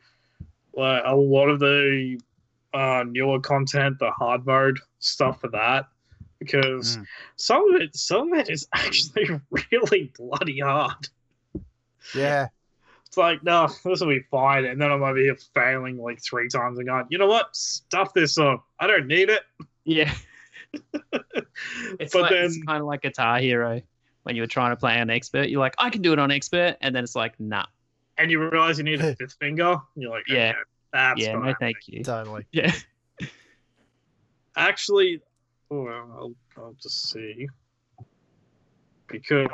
Speaker 3: like a lot of the uh, newer content, the hard mode stuff for that, because
Speaker 2: Hmm.
Speaker 1: Mm.
Speaker 3: some of it, some of it is actually really bloody hard.
Speaker 1: Yeah.
Speaker 3: It's like, no, this will be fine. And then I'm over here failing like three times and going, you know what? Stuff this up. I don't need it.
Speaker 2: Yeah, it's
Speaker 3: but
Speaker 2: like,
Speaker 3: then,
Speaker 2: it's kind of like Guitar Hero when you were trying to play on expert. You're like, I can do it on expert, and then it's like, nah,
Speaker 3: and you realize you need a fifth finger. And you're like,
Speaker 2: Yeah.
Speaker 3: yeah, that's
Speaker 2: yeah,
Speaker 3: not
Speaker 2: no, thank you.
Speaker 1: Totally.
Speaker 2: Yeah,
Speaker 3: Actually, oh, I'll, I'll just see. Because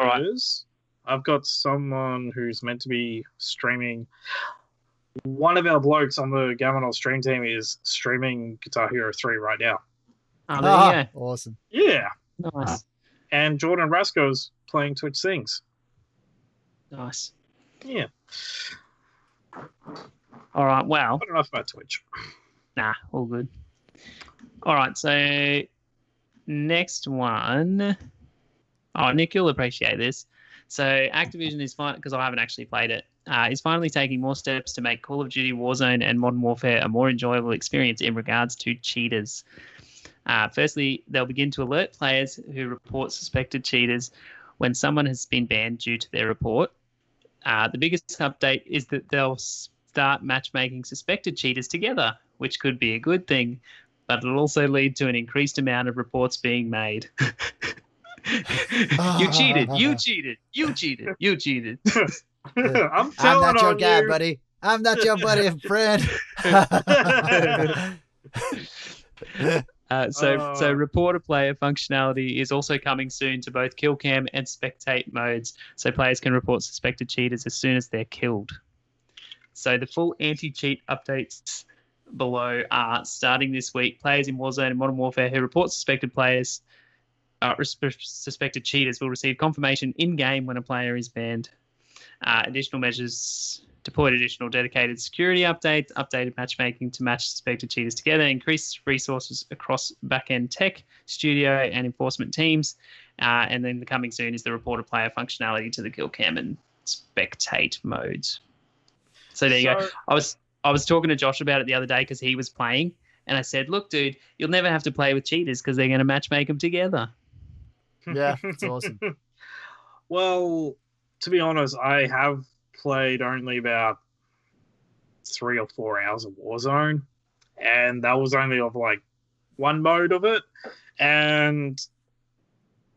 Speaker 3: I've got someone who's meant to be streaming. One of our blokes on the Gaminol stream team is streaming Guitar Hero 3 right now.
Speaker 2: oh,
Speaker 1: Ah,
Speaker 2: there
Speaker 1: Awesome.
Speaker 3: Yeah.
Speaker 2: you go. Nice,
Speaker 3: And Jordan Rasco's playing Twitch Sings.
Speaker 2: nice.
Speaker 3: Yeah.
Speaker 2: All right. Well,
Speaker 3: I don't know if my Twitch.
Speaker 2: nah, all good. All right. So next one. Oh, Nick, you'll appreciate this. So Activision is fine because I haven't actually played it. Uh, is finally taking more steps to make Call of Duty Warzone and Modern Warfare a more enjoyable experience in regards to cheaters. Uh, firstly, they'll begin to alert players who report suspected cheaters when someone has been banned due to their report. Uh, the biggest update is that they'll start matchmaking suspected cheaters together, which could be a good thing, but it'll also lead to an increased amount of reports being made. you cheated, you cheated, you cheated, you cheated.
Speaker 1: Yeah.
Speaker 3: I'm
Speaker 1: I'm
Speaker 3: telling
Speaker 1: not your
Speaker 3: on
Speaker 1: guy,
Speaker 3: you.
Speaker 1: buddy. I'm not your buddy and friend.
Speaker 2: Uh, so, so
Speaker 3: Oh.
Speaker 2: reporter player functionality is also coming soon to both kill cam and spectate modes, so players can report suspected cheaters as soon as they're killed. So the full anti-cheat updates below are starting this week. Players in Warzone and Modern Warfare who report suspected players, uh, res- suspected cheaters, will receive confirmation in-game when a player is banned. Uh, additional measures deployed additional dedicated security updates, updated matchmaking to match suspected cheaters together, increased resources across back-end tech, studio, and enforcement teams. Uh, and then coming soon is the reporter player functionality to the kill cam and spectate modes. So there you go.
Speaker 3: So-
Speaker 2: I was I was talking to Josh about it the other day because he was playing, and I said, "Look, dude, you'll never have to play with cheaters because they're going to matchmake them together."
Speaker 1: yeah, it's awesome.
Speaker 3: Well, to be honest, I have played only about three or four hours of Warzone, and that was only of like one mode of it, and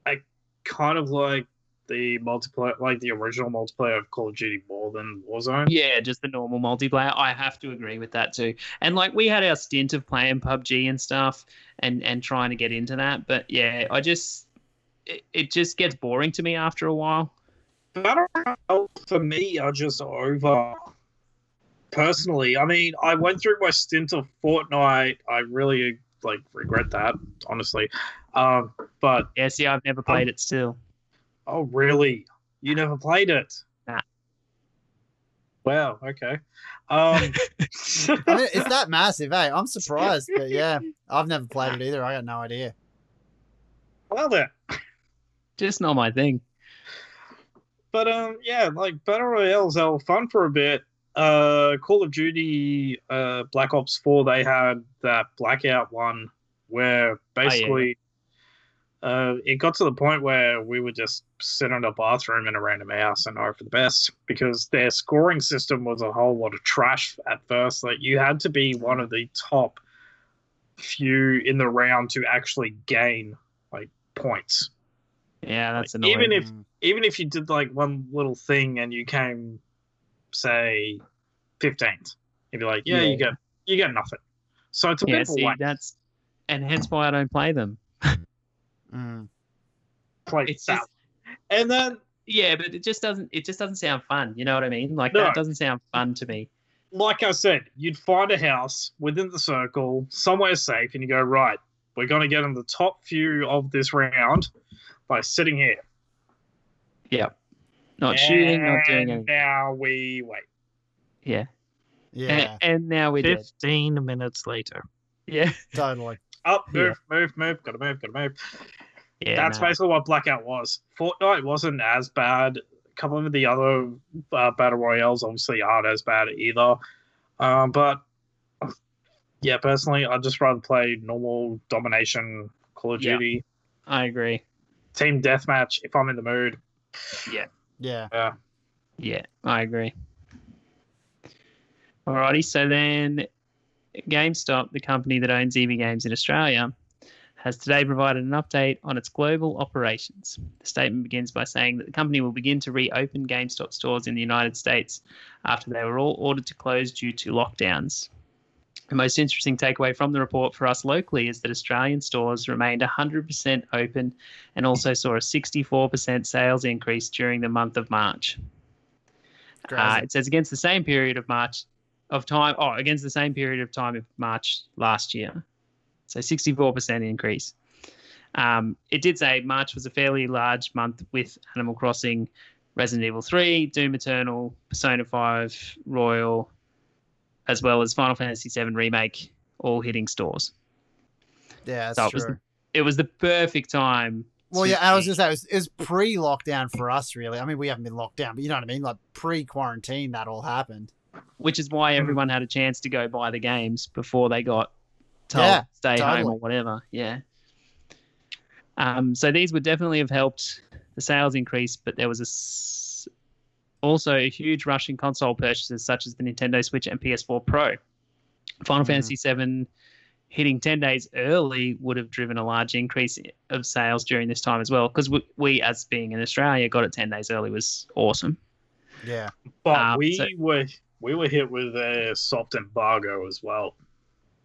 Speaker 3: I kind of like the multiplayer, like the original multiplayer of Call of Duty more than Warzone.
Speaker 2: Yeah, just the normal multiplayer. I have to agree with that too. And like we had our stint of playing PUBG and stuff, and and trying to get into that, but yeah, I just it, it just gets boring to me after a while.
Speaker 3: But I don't know. For me, I just over. Personally, I mean, I went through my stint of Fortnite. I really like regret that, honestly. Um, but
Speaker 2: Yeah, see, I've never played it still.
Speaker 3: oh, really? You never played it?
Speaker 2: Nah.
Speaker 3: Wow. Okay. Um,
Speaker 1: I mean, it's that massive, eh? I'm surprised, but yeah, I've never played it either. I got no idea.
Speaker 3: well, then.
Speaker 2: Just not my thing.
Speaker 3: But um, yeah, like battle royales they were fun for a bit. Uh, Call of Duty, uh, Black Ops Four, they had that blackout one where
Speaker 2: yeah.
Speaker 3: basically, uh, it got to the point where we would just sit in a bathroom in a random house and hope for the best because their scoring system was a whole lot of trash at first. Like you had to be one of the top few in the round to actually gain like points
Speaker 2: Yeah, that's
Speaker 3: Like,
Speaker 2: annoying.
Speaker 3: even if-
Speaker 1: Mm.
Speaker 3: even if you did like one little thing and you came say 15th you'd be like yeah,
Speaker 2: Yeah.
Speaker 3: you get you get nothing so it's a
Speaker 2: yeah,
Speaker 3: bit of a
Speaker 2: see,
Speaker 3: whack
Speaker 2: that's and hence why I don't play them. Eh.
Speaker 1: Mm.
Speaker 3: play
Speaker 2: It's
Speaker 3: that.
Speaker 2: just
Speaker 3: and then
Speaker 2: Yeah, but it just doesn't. It just doesn't sound fun. You know what I mean? Like
Speaker 3: No.
Speaker 2: that doesn't sound fun to me.
Speaker 3: like i said you'd find a house within the circle somewhere safe and you go right we're going to get in the top few of this round by sitting here
Speaker 2: Not shooting, not doing
Speaker 3: And
Speaker 2: anything.
Speaker 3: now we wait
Speaker 2: Yeah.
Speaker 1: Yeah,
Speaker 2: And, and now we did.
Speaker 3: 15 minutes later
Speaker 2: Yeah.
Speaker 1: totally.
Speaker 3: up
Speaker 2: Yeah.
Speaker 3: move move move gotta move gotta move
Speaker 2: Yeah.
Speaker 3: That's
Speaker 2: no.
Speaker 3: basically what Blackout was. Fortnite wasn't as bad. A couple of the other uh, battle royales obviously aren't as bad either. Um, but yeah, personally, I'd just rather play normal domination Call of
Speaker 2: Yeah.
Speaker 3: Duty
Speaker 2: I agree.
Speaker 3: team deathmatch if I'm in the mood.
Speaker 1: Yeah.
Speaker 2: Yeah, I agree. Alrighty, so then GameStop, the company that owns EV Games in Australia, has today provided an update on its global operations. The statement begins by saying that the company will begin to reopen GameStop stores in the United States after they were all ordered to close due to lockdowns. The most interesting takeaway from the report for us locally is that Australian stores remained 100% open and also saw a 64% sales increase during the month of March.
Speaker 1: Crazy.
Speaker 2: Uh, it says against the same period of March of time. Oh, against the same period of time of March last year. So 64% increase. Um, it did say March was a fairly large month with Animal Crossing Resident Evil 3, Doom Eternal, Persona 5, Royal, as well as Final Fantasy 7 Remake, all hitting stores.
Speaker 1: Yeah, that's
Speaker 2: So it
Speaker 1: true.
Speaker 2: was It was the perfect time.
Speaker 1: Well,
Speaker 2: to
Speaker 1: yeah, I was
Speaker 2: be-
Speaker 1: just saying, it was, it was pre-lockdown for us, really. I mean, we haven't been locked down, but you know what I mean. Like pre-quarantine, that all happened.
Speaker 2: which is
Speaker 1: Hmm.
Speaker 2: why everyone had a chance to go buy the games before they got told
Speaker 1: Yeah,
Speaker 2: stay home
Speaker 1: totally.
Speaker 2: or whatever. Yeah. Um, so these would definitely have helped the sales increase, but there was a s- also a huge rush in console purchases such as the Nintendo Switch and PS4 Pro. Final
Speaker 1: Mhm.
Speaker 2: Fantasy VII hitting 10 days early would have driven a large increase of sales during this time as well because we, we as being in Australia got it 10 days early was awesome.
Speaker 1: Yeah,
Speaker 3: But
Speaker 2: Um,
Speaker 3: we
Speaker 2: so-
Speaker 3: were we were hit with a soft embargo as well.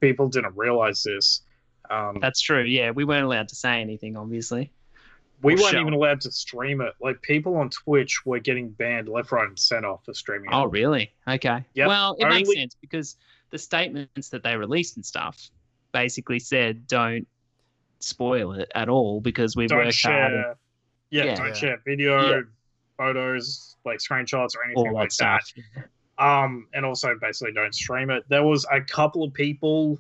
Speaker 3: People didn't realize this.
Speaker 1: Hmm.
Speaker 3: Um,
Speaker 2: That's true. Yeah, we weren't allowed to say anything obviously.
Speaker 3: we
Speaker 2: or
Speaker 3: weren't
Speaker 2: shall.
Speaker 3: even allowed to stream it. Like people on Twitch were getting banned left, right, and center for streaming. it.
Speaker 2: Oh, really? Okay.
Speaker 3: Yep.
Speaker 2: Well, it makes
Speaker 3: Only-
Speaker 2: sense because the statements that they released and stuff basically said don't spoil it at all because we've
Speaker 3: don't
Speaker 2: worked hard and
Speaker 3: share. Yeah,
Speaker 2: Yeah.
Speaker 3: don't
Speaker 1: Yeah.
Speaker 3: share video,
Speaker 2: Yeah.
Speaker 3: photos, like screenshots or anything
Speaker 2: all
Speaker 3: like
Speaker 2: that stuff.
Speaker 3: that. Um, and also basically don't stream it. There was a couple of people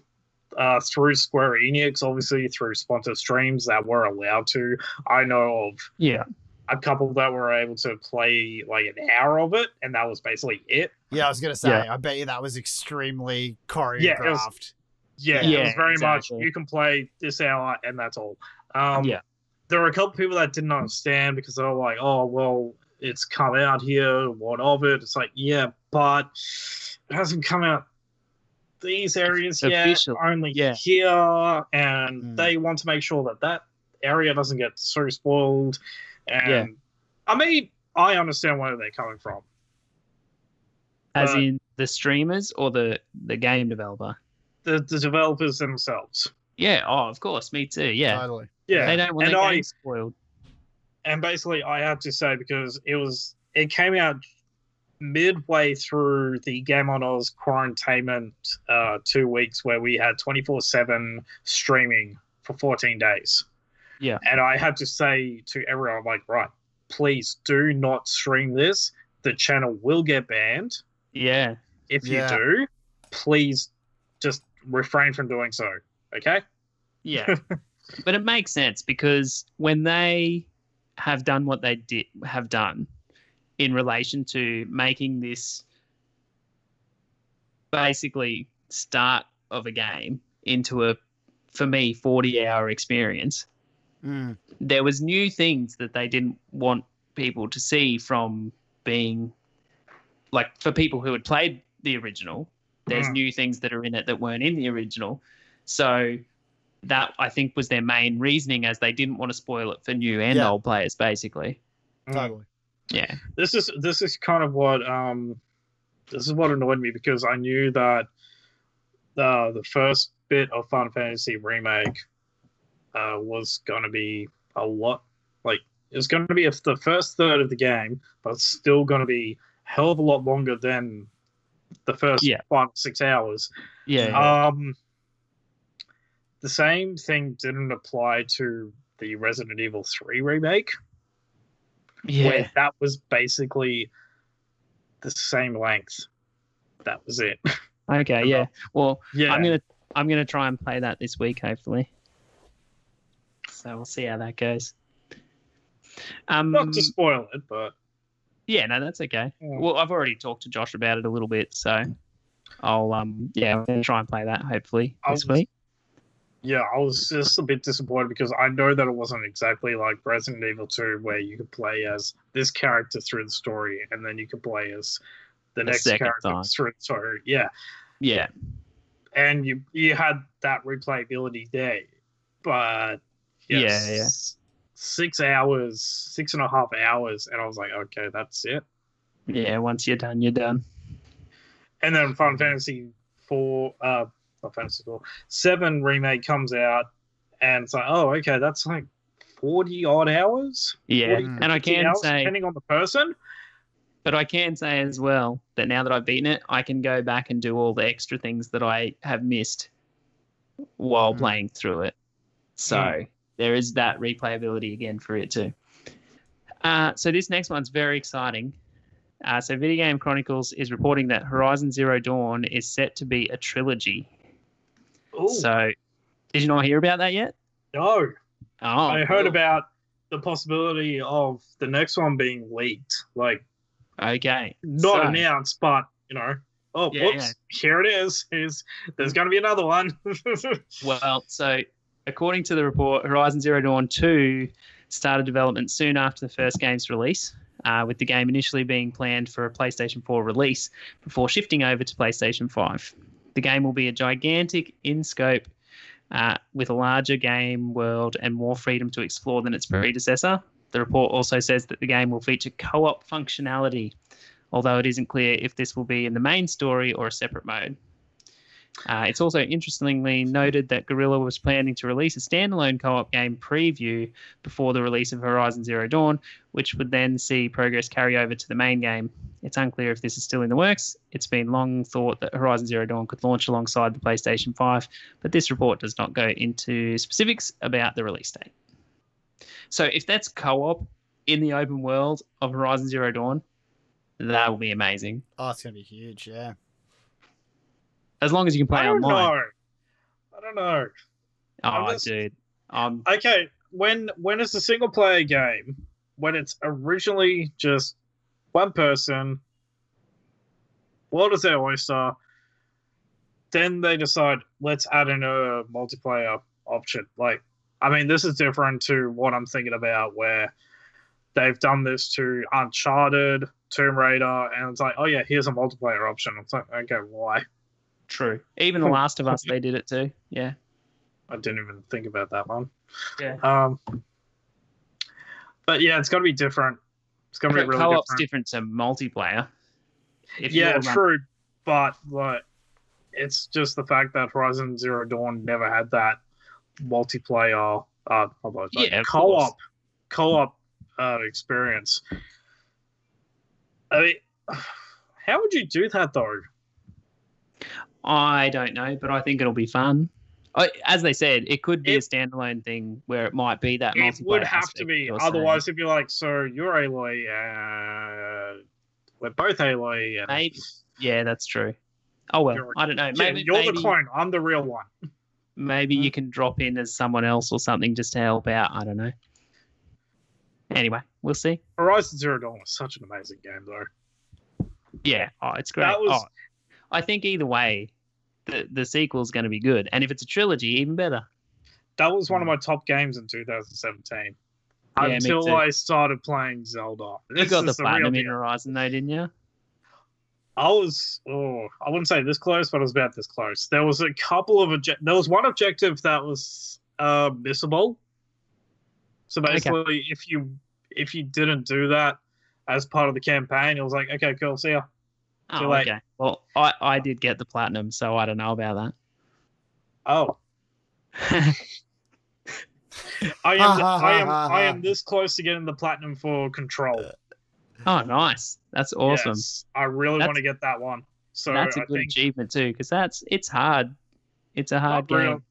Speaker 3: uh, through Square Enix, obviously through sponsored streams that were allowed to. I know of
Speaker 2: Yeah.
Speaker 3: a couple that were able to play like an hour of it, and that was basically it.
Speaker 1: yeah. I was gonna say, I bet you that was extremely choreographed.
Speaker 3: Yeah, it was- Yeah, it
Speaker 2: Yeah,
Speaker 3: was very
Speaker 2: exactly.
Speaker 3: much you can play this hour, and that's all. Um,
Speaker 2: Yeah.
Speaker 3: there were a couple people that didn't understand because they were like, "Oh, well, it's come out here. What of it?" It's like, yeah, but it hasn't come out these areas yet.
Speaker 2: official.
Speaker 3: Only
Speaker 2: Yeah.
Speaker 3: here, and
Speaker 1: Mm.
Speaker 3: they want to make sure that that area doesn't get so spoiled. And
Speaker 2: Yeah.
Speaker 3: I mean, I understand where they're coming from.
Speaker 2: As
Speaker 3: But-
Speaker 2: in the streamers or the the game developer.
Speaker 3: The, the developers themselves.
Speaker 2: Yeah. Oh, of course. Me too. Yeah.
Speaker 1: Totally.
Speaker 3: Uh, Yeah,
Speaker 2: They don't want
Speaker 3: And
Speaker 2: their
Speaker 3: I-
Speaker 2: game spoiled.
Speaker 3: and basically I have to say because it was it came out midway through the Game on Oz quarantainment uh, two weeks where we had twenty four seven streaming for fourteen days.
Speaker 2: Yeah.
Speaker 3: and I have to say to everyone, I'm like, right, please do not stream this. The channel will get banned
Speaker 2: Yeah.
Speaker 3: if
Speaker 1: Yeah.
Speaker 3: you do. Please just refrain from doing so. Okay.
Speaker 2: Yeah. but it makes sense because when they have done what they did have done in relation to making this basically start of a game into a for me 40 hour experience
Speaker 1: Mm.
Speaker 2: there was new things that they didn't want people to see from being like for people who had played the original there's
Speaker 3: Mm.
Speaker 2: new things that are in it that weren't in the original so that i think was their main reasoning as they didn't want to spoil it for new and
Speaker 1: Yeah.
Speaker 2: old players basically
Speaker 1: Totally.
Speaker 2: yeah
Speaker 3: this is this is kind of what um this is what annoyed me because I knew that uh, the first bit of Final Fantasy remake uh, was gonna be a lot like it's gonna be if the first third of the game, but it's still gonna be a hell of a lot longer than the first
Speaker 2: Yeah.
Speaker 3: five six hours.
Speaker 2: yeah Uh,
Speaker 3: Um, the same thing didn't apply to the Resident Evil three remake
Speaker 2: yeah
Speaker 3: where that was basically the same length. That was it.
Speaker 2: okay yeah well
Speaker 3: Yeah.
Speaker 2: i'm gonna i'm gonna try and play that this week hopefully so we'll see how that goes um
Speaker 3: Not to spoil it, but
Speaker 2: Yeah, no, that's okay.
Speaker 3: Yeah.
Speaker 2: Well, I've already talked to Josh about it a little bit, so I'll um yeah, I'm gonna try and play that hopefully
Speaker 3: I
Speaker 2: this
Speaker 3: was-
Speaker 2: week.
Speaker 3: yeah, I was just a bit disappointed because I know that it wasn't exactly like Resident Evil 2, where you could play as this character through the story and then you could play as the,
Speaker 2: The
Speaker 3: next
Speaker 2: second
Speaker 3: character
Speaker 2: time.
Speaker 3: through the story. Yeah.
Speaker 2: Yeah,
Speaker 3: And you you had that replayability there. But
Speaker 2: Yeah,
Speaker 3: yes,
Speaker 2: yeah.
Speaker 3: Six hours, six and a half hours, and I was like, okay, that's it.
Speaker 2: yeah. Once you're done, you're done.
Speaker 3: and then Final Fantasy four, uh, not Fantasy four, seven remake comes out, and it's like, oh, okay, that's like forty odd hours,
Speaker 2: Yeah, Mm.
Speaker 1: 40,
Speaker 2: and I
Speaker 3: 50
Speaker 2: can
Speaker 3: hours,
Speaker 2: say,
Speaker 3: depending on the person.
Speaker 2: but I can say as well that now that I've beaten it, I can go back and do all the extra things that I have missed while
Speaker 3: Hmm.
Speaker 1: Mm.
Speaker 2: playing through it. So there is that replayability again for it too. Uh, so this next one's very exciting. Uh, so Video Game Chronicles is reporting that Horizon Zero Dawn is set to be a trilogy.
Speaker 3: Ooh,
Speaker 2: So did you not hear about that yet?
Speaker 3: no.
Speaker 2: Oh,
Speaker 3: I heard about the possibility of the next one being leaked. Like,
Speaker 2: Okay,
Speaker 3: not
Speaker 2: So-
Speaker 3: announced, but, you know, oh,
Speaker 2: Yeah,
Speaker 3: whoops, here it is. Here's, there's going to be another one.
Speaker 2: Well, so according to the report, Horizon Zero Dawn 2 started development soon after the first game's release, uh, with the game initially being planned for a PlayStation 4 release before shifting over to PlayStation 5. The game will be a gigantic in scope uh, with a larger game world and more freedom to explore than its predecessor. The report also says that the game will feature co op functionality, although it isn't clear if this will be in the main story or a separate mode. Uh, it's also interestingly noted that Guerrilla was planning to release a standalone co op game preview before the release of Horizon Zero Dawn, which would then see progress carry over to the main game. It's unclear if this is still in the works. It's been long thought that Horizon Zero Dawn could launch alongside the PlayStation 5, but this report does not go into specifics about the release date. So, if that's co op in the open world of Horizon Zero Dawn, that will be amazing.
Speaker 1: Oh, it's gonna be huge. Yeah.
Speaker 2: As long as you can play
Speaker 3: I don't
Speaker 2: online.
Speaker 3: know. I don't know. I'm
Speaker 2: Oh,
Speaker 3: just-
Speaker 2: dude. Um,
Speaker 3: okay when when it's a single player game when it's originally just one person world is their oyster then they decide let's add in a multiplayer option like i mean this is different to what i'm thinking about where they've done this to uncharted tomb raider and it's like oh yeah here's a multiplayer option it's like okay why
Speaker 2: True. Even The Last of Us, they did it too. Yeah.
Speaker 3: I didn't even think about that one.
Speaker 2: Yeah.
Speaker 3: Um. But yeah, it's gonna be different. It's gonna be
Speaker 2: Okay,
Speaker 3: really different.
Speaker 2: co-op's different. to multiplayer. If
Speaker 3: yeah,
Speaker 2: you're run-
Speaker 3: true. But like, it's just the fact that Horizon Zero Dawn never had that multiplayer, uh, although it's like
Speaker 2: Yeah, of
Speaker 3: co-op,
Speaker 2: course.
Speaker 3: co-op uh, experience. I mean, how would you do that though?
Speaker 2: I don't know, but I think it'll be fun. I, as they said, it could be a
Speaker 3: It-
Speaker 2: standalone thing where it might be that
Speaker 3: it
Speaker 2: multiplayer
Speaker 3: would have to
Speaker 2: aspect
Speaker 3: be.
Speaker 2: you're
Speaker 3: Otherwise, if you're like, so you're Aloy, uh, we're both Aloy,
Speaker 2: saying.
Speaker 3: and
Speaker 2: maybe. Yeah, that's true. Oh well,
Speaker 3: You're-
Speaker 2: I don't know.
Speaker 3: Yeah,
Speaker 2: Maybe
Speaker 3: you're
Speaker 2: maybe,
Speaker 3: the Mm-hmm. clone. I'm the real one.
Speaker 2: maybe you can drop in as someone else or something just to help out. I don't know. Anyway, we'll see.
Speaker 3: Horizon Zero Dawn was such an amazing game, though.
Speaker 2: Yeah, oh, it's great.
Speaker 3: That was-
Speaker 2: Oh, I think either way, the the sequel's going to be good, and if it's a trilogy, even better.
Speaker 3: That was one of my top games in 2017.
Speaker 2: Hmm. Yeah, me
Speaker 3: until
Speaker 2: too.
Speaker 3: I started playing Zelda.
Speaker 2: You
Speaker 3: This
Speaker 2: got the
Speaker 3: is real
Speaker 2: platinum in
Speaker 3: deal.
Speaker 2: Horizon though, didn't you?
Speaker 3: I was, oh, I wouldn't say this close, but I was about this close. There was a couple of obje- there was one objective that was uh, missable. So
Speaker 2: Okay.
Speaker 3: basically, if you if you didn't do that as part of the campaign, it was like, okay, cool, see ya.
Speaker 2: Oh,
Speaker 3: So, like-
Speaker 2: okay. Well, I, I did get the platinum, so I don't know about
Speaker 3: Oh,
Speaker 2: that.
Speaker 3: I am, I am, I am this close to getting the platinum for Control.
Speaker 2: oh, nice. That's awesome.
Speaker 3: Yes, I really
Speaker 2: That's-
Speaker 3: want to get that one. So
Speaker 2: that's a
Speaker 3: I
Speaker 2: good
Speaker 3: think
Speaker 2: achievement too, because that's it's hard. It's a hard game.
Speaker 3: Not real.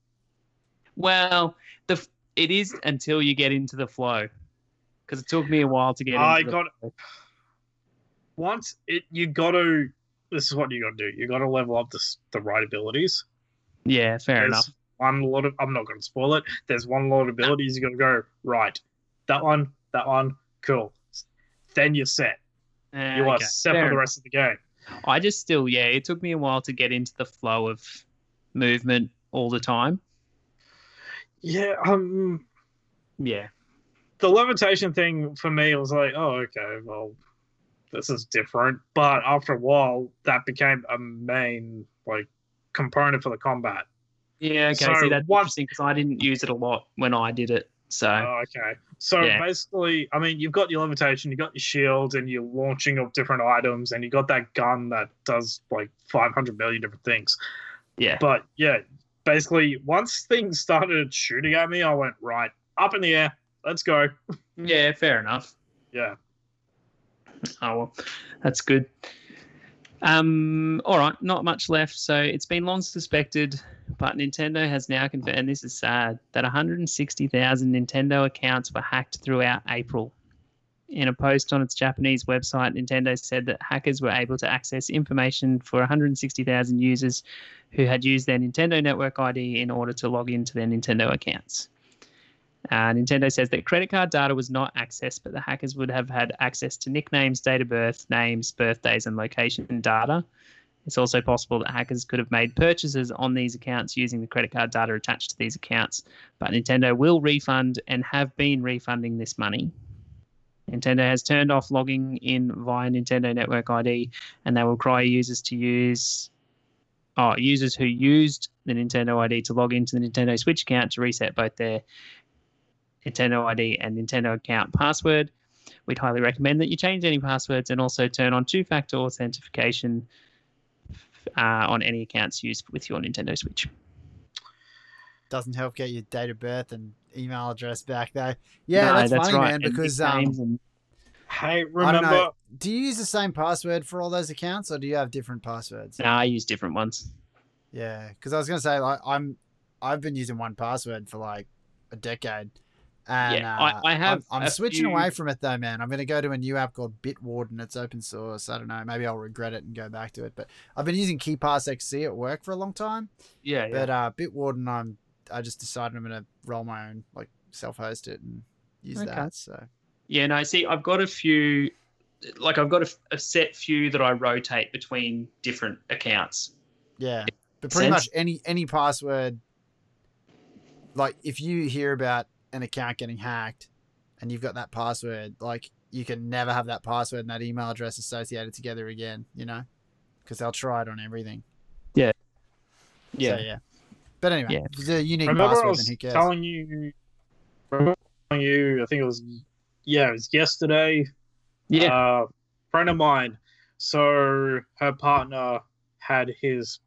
Speaker 2: Well, the f- it is until you get into the flow, because it took me a while to get.
Speaker 3: I
Speaker 2: into the-
Speaker 3: got once it you got to. This is what you got to do. You got to level up the s- the right abilities.
Speaker 2: yeah, fair
Speaker 3: There's
Speaker 2: enough.
Speaker 3: One lot of I'm not going to spoil it. There's one lot of abilities you got to go right. That one, that one, cool. Then you're set.
Speaker 2: Eh,
Speaker 3: You are
Speaker 2: okay,
Speaker 3: set
Speaker 2: fair
Speaker 3: for the
Speaker 2: enough.
Speaker 3: rest of the game.
Speaker 2: I just still, yeah, it took me a while to get into the flow of movement all the time.
Speaker 3: Yeah. Um.
Speaker 2: Yeah.
Speaker 3: the levitation thing for me was like, oh, okay, well, this is different. But after a while, that became a main like component for the combat.
Speaker 2: Yeah, okay.
Speaker 3: So
Speaker 2: See, that's
Speaker 3: once-
Speaker 2: interesting because I didn't use it a lot when I did it. So
Speaker 3: Oh, okay. So
Speaker 2: Yeah.
Speaker 3: basically, I mean, you've got your levitation, you've got your shield, and you're launching of different items, and you got that gun that does like 500 million different things.
Speaker 2: yeah,
Speaker 3: But yeah, basically, once things started shooting at me, I went right up in the air. Let's go.
Speaker 2: yeah, fair enough.
Speaker 3: Yeah.
Speaker 2: Oh well, that's good. Um, all right, not much left. So it's been long suspected, but Nintendo has now confirmed, and this is sad, that 160,000 Nintendo accounts were hacked throughout April, In a post on its Japanese website, Nintendo said that hackers were able to access information for 160,000 users who had used their Nintendo Network ID in order to log into their Nintendo accounts. Uh, Nintendo says that credit card data was not accessed, but the hackers would have had access to nicknames, date of birth, names, birthdays, and location data. It's also possible that hackers could have made purchases on these accounts using the credit card data attached to these accounts, but Nintendo will refund and have been refunding this money. Nintendo has turned off logging in via Nintendo Network ID, and they will require users to use oh, users who used the Nintendo ID to log into the Nintendo Switch account to reset both their Nintendo ID and Nintendo account password. We'd highly recommend that you change any passwords and also turn on two factor authentication uh, on any accounts used with your Nintendo Switch.
Speaker 1: Doesn't help get your date of birth and email address back though. Yeah, no, that's, that's, funny, right. man. And because um, and... I
Speaker 3: hey,
Speaker 1: don't
Speaker 3: remember
Speaker 1: know. Do you use the same password for all those accounts, or do you have different passwords?
Speaker 2: No, I use different ones.
Speaker 1: Yeah, because I was gonna say like I'm, I've been using one password for like a decade. And,
Speaker 2: yeah,
Speaker 1: uh,
Speaker 2: I, I, have.
Speaker 1: I'm, I'm switching few... away from it though, man. I'm going to go to a new app called Bitwarden. It's open source. I don't know. Maybe I'll regret it and go back to it. But I've been using KeyPass XC at work for a long time.
Speaker 2: Yeah.
Speaker 1: But
Speaker 2: yeah.
Speaker 1: Uh, Bitwarden, I'm. I just decided I'm going to roll my own, like self-host it and use okay. that. So.
Speaker 2: Yeah. No. See, I've got a few. Like I've got a, a set few that I rotate between different accounts.
Speaker 1: Yeah. But pretty sense. much any any password. Like if you hear about an account getting hacked and you've got that password, like you can never have that password and that email address associated together again, you know, because they'll try it on everything.
Speaker 2: Yeah.
Speaker 1: Yeah. So, yeah. But anyway, yeah. it's a unique
Speaker 3: remember
Speaker 1: password,
Speaker 3: I was
Speaker 1: and who cares?
Speaker 3: telling you, remember telling you, I think it was, yeah, it was yesterday.
Speaker 2: Yeah.
Speaker 3: Uh, friend of mine. So her partner had his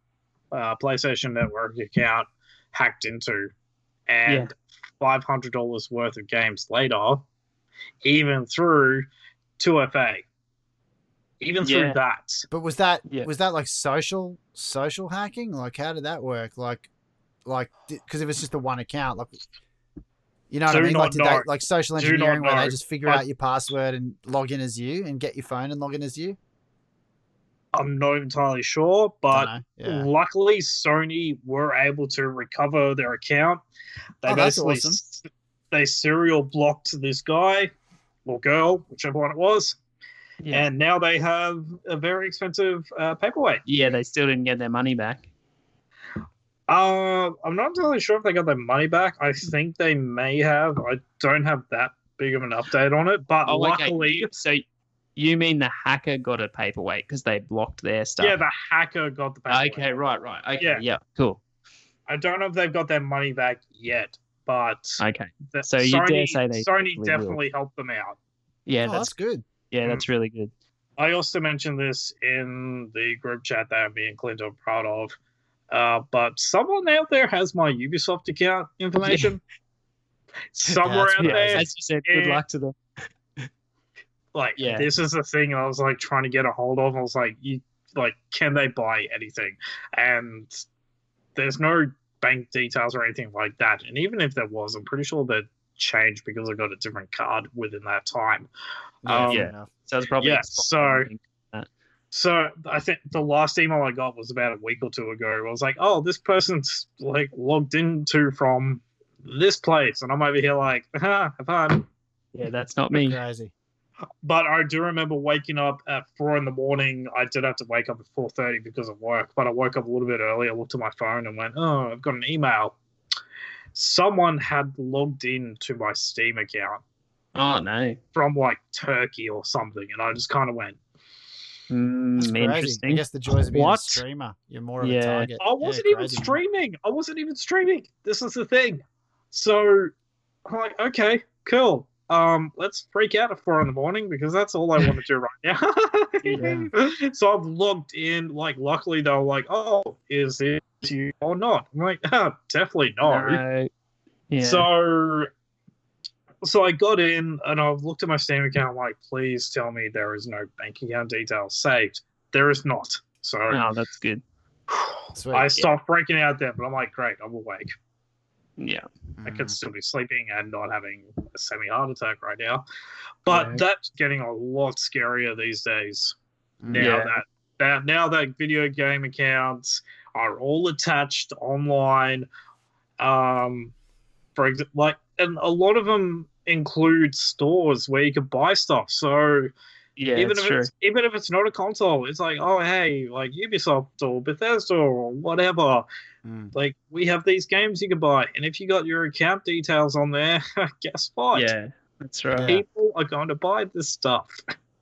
Speaker 3: uh, PlayStation Network account hacked into. And yeah five hundred dollars worth of games later, even through two FA, even through
Speaker 2: Yeah.
Speaker 3: that.
Speaker 1: But was that
Speaker 2: Yeah.
Speaker 1: was that like social social hacking? Like how did that work? Like like because if it's just the one account, like you know what
Speaker 3: Do
Speaker 1: I mean?
Speaker 3: not
Speaker 1: Like did
Speaker 3: know.
Speaker 1: they, like social
Speaker 3: Do not
Speaker 1: engineering where they
Speaker 3: know.
Speaker 1: just figure
Speaker 3: I-
Speaker 1: out your password and log in as you and get your phone and log in as you?
Speaker 3: I'm not entirely sure, but
Speaker 1: Dunno. yeah. Oh,
Speaker 3: luckily Sony were able to recover their account. They
Speaker 1: Oh, that's
Speaker 3: basically
Speaker 1: awesome.
Speaker 3: s- they serial blocked this guy or girl, whichever one it was,
Speaker 2: Yeah.
Speaker 3: and now they have a very expensive uh, paperweight.
Speaker 2: yeah. They still didn't get their money back.
Speaker 3: Uh, I'm not entirely sure if they got their money back. I
Speaker 2: Hmm.
Speaker 3: think they may have. I don't have that big of an update on it, but
Speaker 2: Oh,
Speaker 3: luckily,
Speaker 2: okay. So you mean the hacker got a paperweight because they blocked their stuff?
Speaker 3: yeah, the hacker got the paperweight.
Speaker 2: Okay, right, right. Okay, yeah,
Speaker 3: Yeah.
Speaker 2: cool.
Speaker 3: I don't know if they've got their money back yet, but
Speaker 2: Okay,
Speaker 3: the-
Speaker 2: so you
Speaker 3: Sony,
Speaker 2: dare say they
Speaker 3: Sony
Speaker 2: will.
Speaker 3: definitely helped them out.
Speaker 2: yeah,
Speaker 1: oh, that's
Speaker 2: that's
Speaker 1: good.
Speaker 2: yeah,
Speaker 3: Hmm.
Speaker 2: that's really good.
Speaker 3: I also mentioned this in the group chat that me and Clint are proud of. Uh, but someone out there has my Ubisoft account information. Somewhere
Speaker 1: That's
Speaker 3: out
Speaker 1: Yeah,
Speaker 2: Yeah,
Speaker 3: there,
Speaker 2: as you said, good
Speaker 3: yeah.
Speaker 2: luck to them.
Speaker 3: like
Speaker 2: Yeah.
Speaker 3: this is the thing I was like trying to get a hold of. I was like, you like, can they buy anything? And there's no bank details or anything like that. And even if there was, I'm pretty sure that changed because I got a different card within that time.
Speaker 1: Yeah,
Speaker 3: Um,
Speaker 1: fair
Speaker 2: yeah.
Speaker 1: enough.
Speaker 2: So it's probably
Speaker 3: Yeah,
Speaker 2: Xbox
Speaker 3: so-
Speaker 2: or something.
Speaker 3: So I think the last email I got was about a week or two ago. I was like, oh, this person's like logged into from this place, and I'm over here like, ah, have fun.
Speaker 2: yeah, that's not me.
Speaker 1: Crazy.
Speaker 3: but I do remember waking up at four in the morning. I did have to wake up at four thirty because of work, but I woke up a little bit early. I looked at my phone and went, "Oh, I've got an email. Someone had logged in to my Steam account
Speaker 2: Oh no,
Speaker 3: from like Turkey or something," and I just kind of went,
Speaker 2: Mm,
Speaker 1: That's crazy. I
Speaker 2: interesting.
Speaker 1: guess the joys of being a
Speaker 2: What?
Speaker 1: streamer. You're more of
Speaker 2: Yeah.
Speaker 1: a target.
Speaker 3: "I wasn't
Speaker 1: Yeah,
Speaker 3: even
Speaker 1: crazy, man.
Speaker 3: streaming. I wasn't even streaming. This is the thing." So I'm like, "Okay, cool." Um, let's freak out at four in the morning because that's all I want to do right now.
Speaker 2: Yeah.
Speaker 3: so I've logged in. Like, luckily they were like, "Oh, is this you or not?" I'm like, oh, "Definitely not."
Speaker 2: No. Yeah.
Speaker 3: So, so I got in and I've looked at my Steam account. Like, please tell me there is no bank account details saved. There is not. So
Speaker 2: oh, that's good.
Speaker 1: Sweet.
Speaker 3: I stopped breaking out there, but I'm like, great, I'm awake.
Speaker 2: Yeah.
Speaker 3: I
Speaker 2: Mm.
Speaker 1: Mm,
Speaker 3: could still be sleeping and not having a semi heart attack right now. But
Speaker 1: Right.
Speaker 3: that's getting a lot scarier these days.
Speaker 1: mm,
Speaker 3: Now
Speaker 2: Mm. Yeah.
Speaker 3: that, that now that video game accounts are all attached online. Um, for ex- like, and a lot of them include stores where you could buy stuff. So
Speaker 2: Yeah,
Speaker 3: even
Speaker 2: it's
Speaker 3: if
Speaker 2: true.
Speaker 3: it's even if it's not a console, it's like, oh hey, like Ubisoft or Bethesda or whatever
Speaker 1: Mm.
Speaker 3: like we have these games you can buy and if you got your account details on there guess what
Speaker 2: Yeah, that's right.
Speaker 1: Yeah.
Speaker 3: people are going to buy this stuff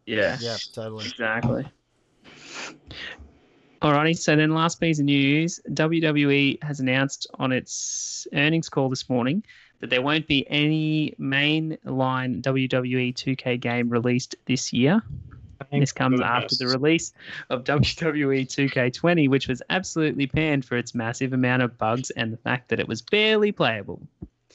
Speaker 2: Yeah,
Speaker 1: Yeah, totally.
Speaker 2: exactly. Alrighty, so then last piece of news WWE has announced on its earnings call this morning that there won't be any mainline WWE 2K game released this year. This comes after the
Speaker 3: goodness.
Speaker 2: release of E WWE 2K20, which was absolutely panned for its massive amount of bugs and the fact that it was barely playable.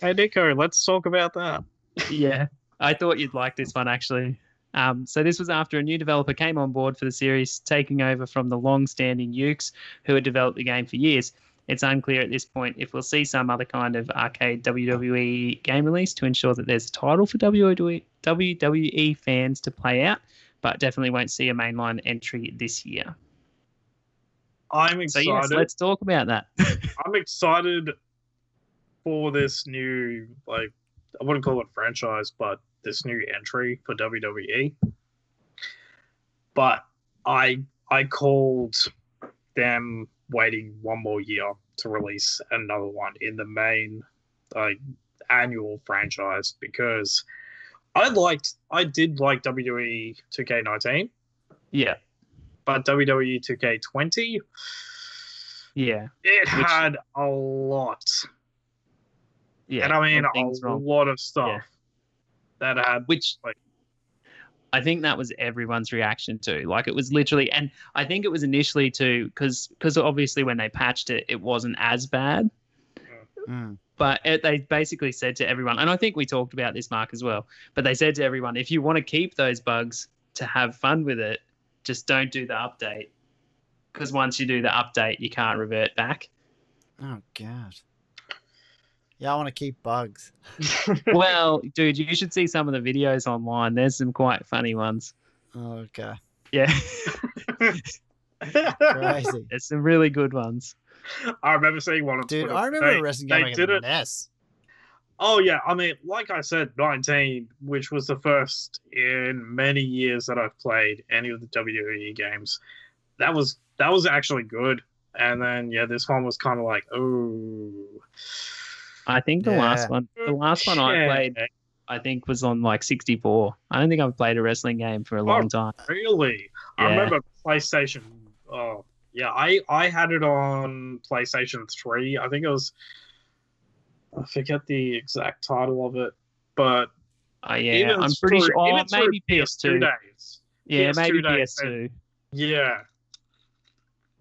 Speaker 3: hey nico let's talk about that
Speaker 2: yeah, I thought you'd like this one actually. Um, so this was after a new developer came on board for the series, taking over from the long-standing Ukes, who had developed the game for years. It's unclear at this point if we'll see some other kind of arcade WWE game release to ensure that there's a title for E, WWE, WWE E fans to play out, but definitely won't see a mainline entry this year.
Speaker 3: i'm
Speaker 2: So
Speaker 3: excited
Speaker 2: yes, let's talk about that.
Speaker 3: i'm excited for this new like i wouldn't call it franchise but this new entry for wwe but i i called them waiting one more year to release another one in the main like annual franchise because I liked I did like E WWE 2K19,
Speaker 2: yeah,
Speaker 3: but E WWE 2K20
Speaker 2: yeah,
Speaker 3: it
Speaker 2: Which-
Speaker 3: had a lot,
Speaker 2: yeah.
Speaker 3: and I mean
Speaker 2: Something's
Speaker 3: a
Speaker 2: wrong.
Speaker 3: lot of stuff that had
Speaker 2: which
Speaker 3: like-
Speaker 2: I think that was everyone's reaction to. Like it was literally, and I think it was initially too, because because obviously when they patched it, it wasn't as bad.
Speaker 1: Mm.
Speaker 2: But it, they basically said to everyone, and I think we talked about this, Mark, as well. But they said to everyone, if you want to keep those bugs to have fun with it, just don't do the update, because once you do the update, you can't revert back.
Speaker 1: Oh god. Yeah, I want to keep bugs.
Speaker 2: well, dude, you should see some of the videos online. There's some quite funny ones.
Speaker 1: Oh, okay.
Speaker 2: Yeah,
Speaker 1: Crazy.
Speaker 2: there's some really good ones.
Speaker 3: I remember seeing one of
Speaker 1: Dude,
Speaker 3: Twitter.
Speaker 1: I remember
Speaker 3: They-
Speaker 1: a wrestling
Speaker 3: they
Speaker 1: game like
Speaker 3: did
Speaker 1: a
Speaker 3: it-
Speaker 1: NES.
Speaker 3: Oh yeah, I mean, like I said, nineteen, which was the first in many years that I've played any of the WWE games. That was that was actually good. And then yeah, this one was kind of like, oh,
Speaker 2: I think the last
Speaker 1: Yeah.
Speaker 2: one, the last one I
Speaker 3: Yeah.
Speaker 2: played, I think was on like 64. I don't think I've played a wrestling game for a long time.
Speaker 3: Really, I
Speaker 2: Yeah.
Speaker 3: remember PlayStation. Oh yeah, I I had it on PlayStation Three. I think it was. I forget the exact title of it, but
Speaker 2: Oh, yeah,
Speaker 3: even
Speaker 2: I'm pretty
Speaker 3: through-
Speaker 2: sure. Oh,
Speaker 3: even through
Speaker 2: maybe
Speaker 3: two
Speaker 2: PS2.
Speaker 3: days.
Speaker 2: yeah,
Speaker 3: PS2
Speaker 2: maybe
Speaker 3: days, so-
Speaker 2: PS2.
Speaker 3: Yeah.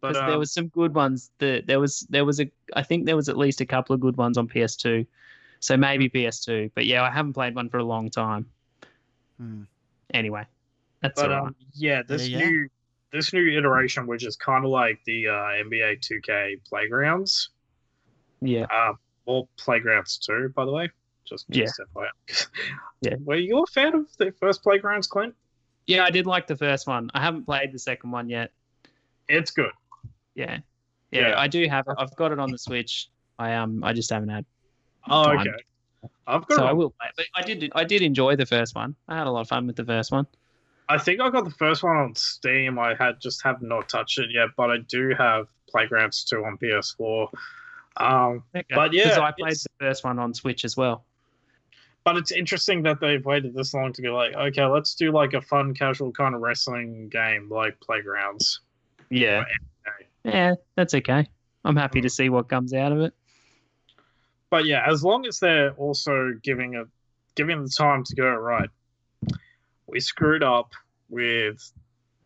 Speaker 3: But
Speaker 2: Because there
Speaker 3: um,
Speaker 2: was some good ones. That there was there was a I think there was at least a couple of good ones on PS2. So
Speaker 3: Mm-hmm.
Speaker 2: maybe PS2. But yeah, I haven't played one for a long time.
Speaker 1: Mm.
Speaker 2: Anyway, that's all
Speaker 3: but
Speaker 2: right.
Speaker 3: um, yeah, this
Speaker 1: yeah.
Speaker 3: new this new iteration, which is kind of like the uh, NBA 2K playgrounds,
Speaker 2: yeah.
Speaker 3: uh, or playgrounds too, by the way. Just,
Speaker 2: Yeah.
Speaker 3: just FYI.
Speaker 2: Yeah.
Speaker 3: Were you a fan of the first playgrounds, Clint?
Speaker 2: Yeah, I did like the first one. I haven't played the second one yet.
Speaker 3: It's good.
Speaker 2: Yeah. Yeah,
Speaker 3: Yeah.
Speaker 2: I do have it. I've got it on the Switch. I um I just haven't had
Speaker 3: Oh,
Speaker 2: Fine.
Speaker 3: okay. I've got.
Speaker 2: So
Speaker 3: it
Speaker 2: I
Speaker 3: on-
Speaker 2: will play. it. But I did. I did enjoy the first one. I had a lot of fun with the first one.
Speaker 3: I think I got the first one on Steam. I had just have not touched it yet, but I do have Playgrounds 2 on PS4. Um, But yeah,
Speaker 2: because I played
Speaker 3: it's-
Speaker 2: the first one on Switch as well.
Speaker 3: but it's interesting that they've waited this long to be like, okay, let's do like a fun, casual kind of wrestling game like Playgrounds.
Speaker 2: Yeah. Yeah, that's okay. I'm happy to see what comes out of it.
Speaker 3: But yeah, as long as they're also giving it, giving the time to go right, we screwed up with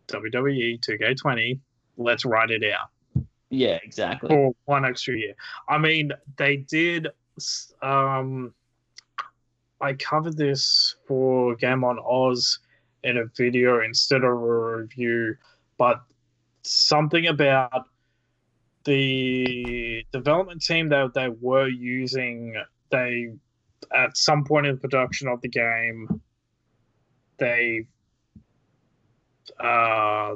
Speaker 3: E WWE 2K20. Let's write it out
Speaker 2: Yeah, exactly.
Speaker 3: for one extra year. I mean, they did. s- Um, I covered this for Game on Oz in a video instead of a review, but something about the development team that they were using, they at some point in production of the game, they uh,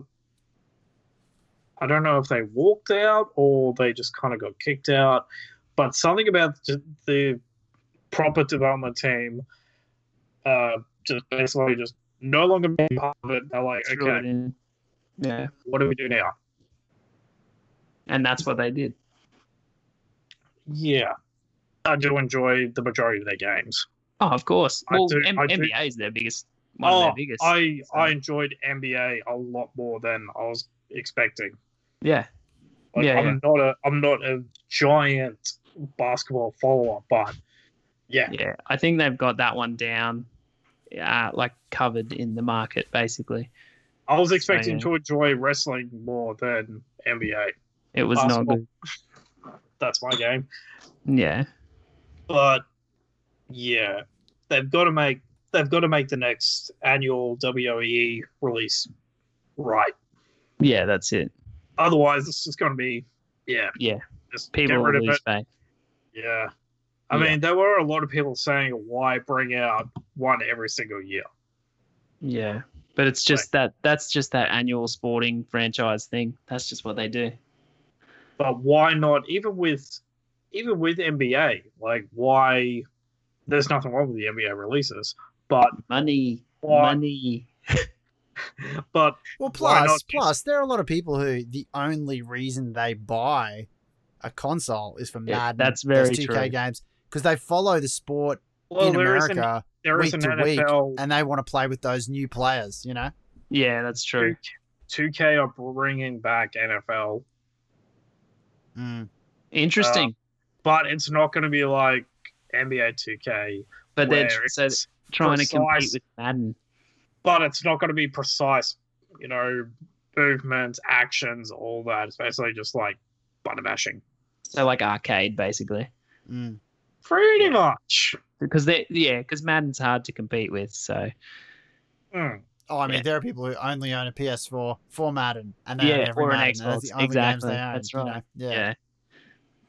Speaker 3: I don't know if they walked out or they just kind of got kicked out, but something about j- the proper development team uh, just basically just no longer being part of it. They're like,
Speaker 2: Threw it
Speaker 3: okay,
Speaker 2: in. Yeah.
Speaker 3: what do we do now?
Speaker 2: And that's what they did.
Speaker 3: Yeah, I do enjoy the majority of their games.
Speaker 2: Oh, of course.
Speaker 3: I
Speaker 2: well,
Speaker 3: do-
Speaker 2: M-
Speaker 3: I do-
Speaker 2: NBA is their biggest, one of
Speaker 3: oh,
Speaker 2: their biggest.
Speaker 3: I
Speaker 2: so-
Speaker 3: I enjoyed NBA a lot more than I was expecting.
Speaker 2: yeah.
Speaker 3: Like,
Speaker 2: Yeah,
Speaker 3: I'm not a I'm not a giant basketball follower, but yeah,
Speaker 2: Yeah. I think they've got that one down, uh, like covered in the market, basically.
Speaker 3: I was expecting
Speaker 2: yeah.
Speaker 3: to enjoy wrestling more than NBA.
Speaker 2: It was not
Speaker 3: Basketball.
Speaker 2: good.
Speaker 3: That's my game,
Speaker 2: Yeah.
Speaker 3: but yeah, they've got to make they've got to make the next annual WOE release right.
Speaker 2: Yeah, that's it.
Speaker 3: Otherwise, it's just going to be yeah,
Speaker 2: Yeah.
Speaker 3: Just get
Speaker 2: People
Speaker 3: rid of
Speaker 2: lose
Speaker 3: it.
Speaker 2: faith.
Speaker 3: Yeah. I
Speaker 2: Yeah.
Speaker 3: mean, there were a lot of people saying, why bring out one every single year?
Speaker 2: Yeah. But it's just that that's just that annual sporting franchise thing. That's just what they do.
Speaker 3: But why not, even with even with NBA, like why there's nothing wrong with the NBA releases, but
Speaker 2: Money.
Speaker 3: why,
Speaker 2: Money.
Speaker 3: but
Speaker 1: Well,
Speaker 3: Why
Speaker 1: plus,
Speaker 3: not?
Speaker 1: plus, there are a lot of people who the only reason they buy a console is for
Speaker 2: Yeah,
Speaker 1: Madden.
Speaker 2: that's
Speaker 1: those
Speaker 2: very
Speaker 1: 2K
Speaker 2: true.
Speaker 1: games because they follow the sport
Speaker 3: well,
Speaker 1: in
Speaker 3: there is an
Speaker 1: America
Speaker 3: there is
Speaker 1: week
Speaker 3: an
Speaker 1: to week,
Speaker 3: NFL
Speaker 1: and they want to play with those new players. You know,
Speaker 2: Yeah, that's true.
Speaker 3: 2K are bringing back NFL,
Speaker 1: Mm.
Speaker 2: Interesting.
Speaker 3: but it's not going to be like NBA 2K,
Speaker 2: but they're
Speaker 3: where
Speaker 2: so
Speaker 3: it's-
Speaker 2: trying to compete
Speaker 3: precise.
Speaker 2: with Madden.
Speaker 3: but it's not going to be precise, you know, movements, actions, all that. It's basically just like button mashing.
Speaker 2: So like arcade basically.
Speaker 1: Mm.
Speaker 3: Pretty much.
Speaker 2: Because they yeah, because Madden's hard to compete with, so
Speaker 3: Mm.
Speaker 1: Oh, I mean,
Speaker 2: Yeah.
Speaker 1: there are people who only own a PS4 for Madden, and they
Speaker 2: Yeah,
Speaker 1: own every
Speaker 2: or an
Speaker 1: Madden. and that's
Speaker 2: Xbox.
Speaker 1: the only games
Speaker 2: Exactly.
Speaker 1: they own.
Speaker 2: That's
Speaker 1: you know?
Speaker 2: right.
Speaker 1: yeah.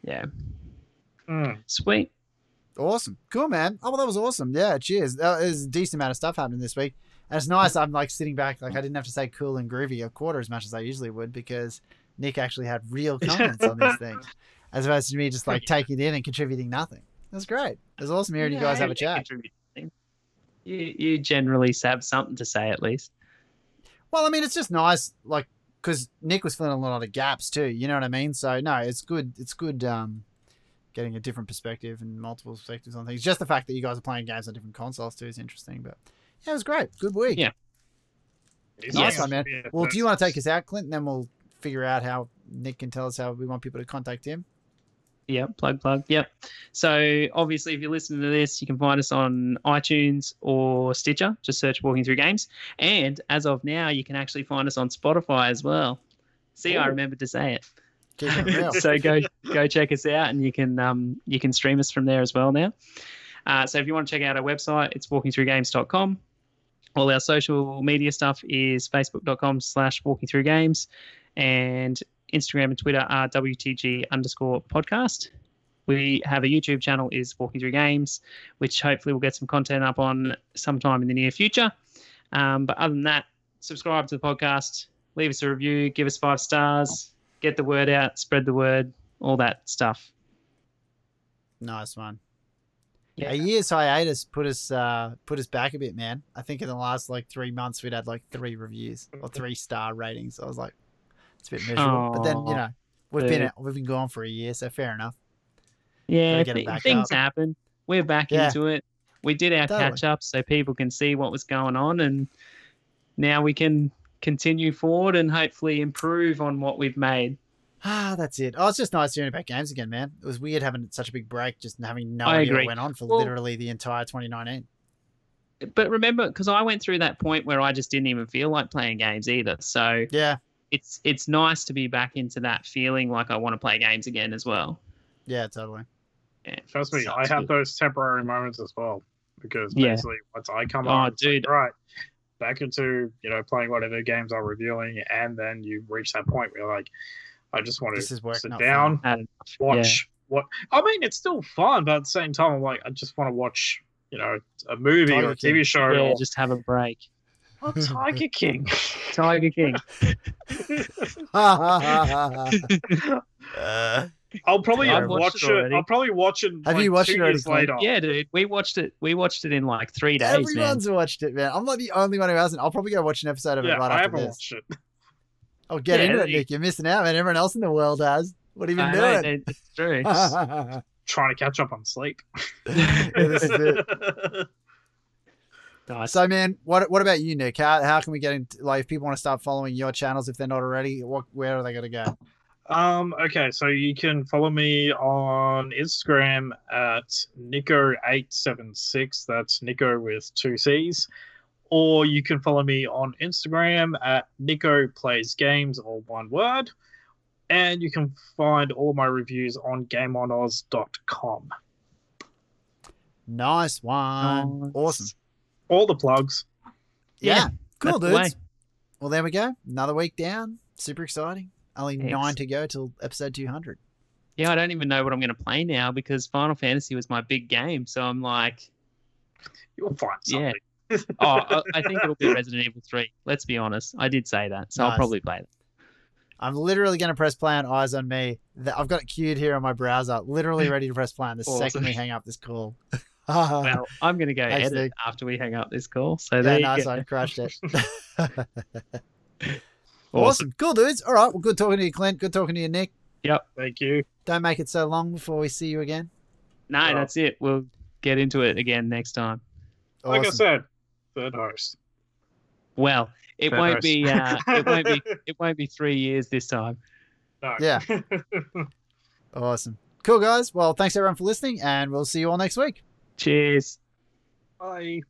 Speaker 2: yeah.
Speaker 3: Mm.
Speaker 2: Sweet.
Speaker 1: Awesome. Cool, man. Oh, well, that was awesome. Yeah, cheers. That was a decent amount of stuff happening this week. And it's nice. I'm like sitting back, like I didn't have to say cool and groovy a quarter as much as I usually would because Nick actually had real comments on these things as opposed to me just like taking it in and contributing nothing. That's great. It's awesome hearing you guys have a chat.
Speaker 2: You, you generally have something to say at least.
Speaker 1: Well, I mean, it's just nice, like, because Nick was filling a lot of gaps too. You know what I mean? So, no, it's good. It's good um, getting a different perspective and multiple perspectives on things. Just the fact that you guys are playing games on different consoles too is interesting. But yeah, it was great. Good week.
Speaker 2: Yeah.
Speaker 1: Nice one, man. Well, do you want to take us out, Clint, and then we'll figure out how Nick can tell us how we want people to contact him?
Speaker 2: Yeah, plug, plug. Yep. So obviously, if you listen to this, you can find us on iTunes or Stitcher. Just search "Walking Through Games," and as of now, you can actually find us on Spotify as well. See, I
Speaker 3: Ooh.
Speaker 2: remembered to say it.
Speaker 1: Keep it real.
Speaker 2: so go go check us out, and you can um, you can stream us from there as well now. Uh, so if you want to check out our website, it's walkingthroughgames.com. All our social media stuff is facebook.com slash walkingthroughgames, and Instagram and Twitter are WTG underscore podcast. We have a YouTube channel is Walking Through Games, which hopefully we'll get some content up on sometime in the near future. Um, but other than that, subscribe to the podcast, leave us a review, give us five stars, get the word out, spread the word, all that stuff.
Speaker 1: nice one.
Speaker 2: Yeah.
Speaker 1: A year's hiatus put us uh, put us back a bit, man. I think in the last like three months we'd had like three reviews or three star ratings. I was like, it's a bit miserable. But then you
Speaker 2: Aw,
Speaker 1: know we've been
Speaker 2: dude.
Speaker 1: we've been gone for a year, so fair enough.
Speaker 2: Yeah,
Speaker 1: Gotta get it
Speaker 2: thi-
Speaker 1: back
Speaker 2: things
Speaker 1: up.
Speaker 2: happen. We're back
Speaker 1: Yeah.
Speaker 2: into it. We did our
Speaker 1: Totally.
Speaker 2: catch up so people can see what was going on, and now we can continue forward and hopefully improve on what we've made.
Speaker 1: Ah, that's it. Oh, it's just nice hearing about games again, man. It was weird having such a big break, just having no
Speaker 2: I
Speaker 1: idea what
Speaker 2: agree.
Speaker 1: went on for
Speaker 2: Well-
Speaker 1: literally the entire 2019.
Speaker 2: But remember, because I went through that point where I just didn't even feel like playing games either. So
Speaker 1: Yeah,
Speaker 2: it's it's nice to be back into that feeling like I want to play games again as well.
Speaker 1: yeah, totally.
Speaker 2: Yeah.
Speaker 3: Trust me, I
Speaker 2: Sounds
Speaker 3: have
Speaker 2: good.
Speaker 3: those temporary moments as well because
Speaker 2: Yeah.
Speaker 3: basically once I come
Speaker 2: Oh,
Speaker 3: on, it's like,
Speaker 2: dude.
Speaker 3: right back into you know playing whatever games I'm reviewing, and then you reach that point where you're like, I just want
Speaker 1: This
Speaker 3: to
Speaker 1: is work,
Speaker 3: sit
Speaker 1: not
Speaker 3: down,
Speaker 2: fun. And-
Speaker 3: watch what. I mean, it's still fun, but at the same time, I'm like, I just want to watch, you know, a movie
Speaker 1: Tiger
Speaker 3: or a
Speaker 1: King.
Speaker 3: TV show.
Speaker 2: yeah,
Speaker 3: or
Speaker 2: just have a break.
Speaker 3: Oh, Tiger King.
Speaker 2: Tiger King.
Speaker 1: Ha, ha, ha, ha, ha.
Speaker 4: Uh,
Speaker 3: I'll probably
Speaker 2: I've watched
Speaker 3: watch
Speaker 2: it
Speaker 3: it.
Speaker 2: already.
Speaker 3: I'll probably watch it.
Speaker 1: Have
Speaker 3: like,
Speaker 1: you watched
Speaker 3: two
Speaker 1: it already,
Speaker 3: years
Speaker 1: Clint?
Speaker 3: later?
Speaker 2: Yeah, dude, we watched it. We watched it in like three days, man.
Speaker 1: Everyone's watched it, man. I'm not the only one who hasn't. I'll probably go watch an episode of it
Speaker 3: Yeah,
Speaker 1: right
Speaker 3: I
Speaker 1: after
Speaker 3: haven't
Speaker 1: this.
Speaker 3: watched it.
Speaker 1: Oh, get
Speaker 2: Yeah,
Speaker 1: into it,
Speaker 2: they-
Speaker 1: Nick. You're missing out, man. Everyone else in the world has. What have you
Speaker 2: I
Speaker 1: been
Speaker 2: know,
Speaker 1: doing?
Speaker 2: dude, it's true.
Speaker 3: Trying to catch up on sleep.
Speaker 1: Yeah, this is it.
Speaker 2: Nice.
Speaker 1: So, man, what what about you, Nick? How, how can we get in? Like, if people want to start following your channels, if they're not already, what where are they gonna go?
Speaker 3: Um, okay, so you can follow me on Instagram at Nico876. That's Nico with two C's. Or you can follow me on Instagram at Nico Plays Games, all one word. And you can find all my reviews on GameOnOz.com.
Speaker 1: Nice one,
Speaker 2: Nice.
Speaker 1: awesome.
Speaker 3: All the plugs.
Speaker 1: Yeah,
Speaker 2: Um, Yeah,
Speaker 1: cool,
Speaker 2: that's the
Speaker 1: dudes. Well, there we go. Another week down. Super exciting. Only
Speaker 2: Thanks.
Speaker 1: nine to go till episode 200.
Speaker 2: yeah, I don't even know what I'm going to play now because Final Fantasy was my big game. So I'm like,
Speaker 3: You'll find
Speaker 2: Yeah.
Speaker 3: something.
Speaker 2: oh, I, I think it'll be Resident Evil 3. Let's be honest. I did say that. So
Speaker 1: Nice.
Speaker 2: I'll probably play it.
Speaker 1: I'm literally gonna press play on Eyes on Me. Th- I've got it queued here on my browser, literally ready to press play on the
Speaker 2: Awesome.
Speaker 1: second we hang up this call.
Speaker 2: Well, I'm going to go
Speaker 1: Thanks,
Speaker 2: edit
Speaker 1: Nick.
Speaker 2: after we hang up this call. So
Speaker 1: yeah,
Speaker 2: there you
Speaker 1: nice
Speaker 2: go.
Speaker 1: one. Crushed it.
Speaker 2: Awesome.
Speaker 1: awesome. Cool, dudes. All right. Well, good talking to you, Clint. Good talking to you, Nick.
Speaker 3: Thank you.
Speaker 1: Don't make it so long before we see you again.
Speaker 2: No,
Speaker 3: Well-
Speaker 2: that's it. We'll get into it again next time.
Speaker 1: Awesome.
Speaker 3: Like I said, third host.
Speaker 2: Well, it
Speaker 3: Fair
Speaker 2: won't
Speaker 3: price.
Speaker 2: be. Uh, it won't be. It won't be three years this time.
Speaker 3: No.
Speaker 1: Yeah. Awesome. Cool, guys. Well, thanks everyone for listening, and we'll see you all next week.
Speaker 2: Cheers.
Speaker 3: Bye.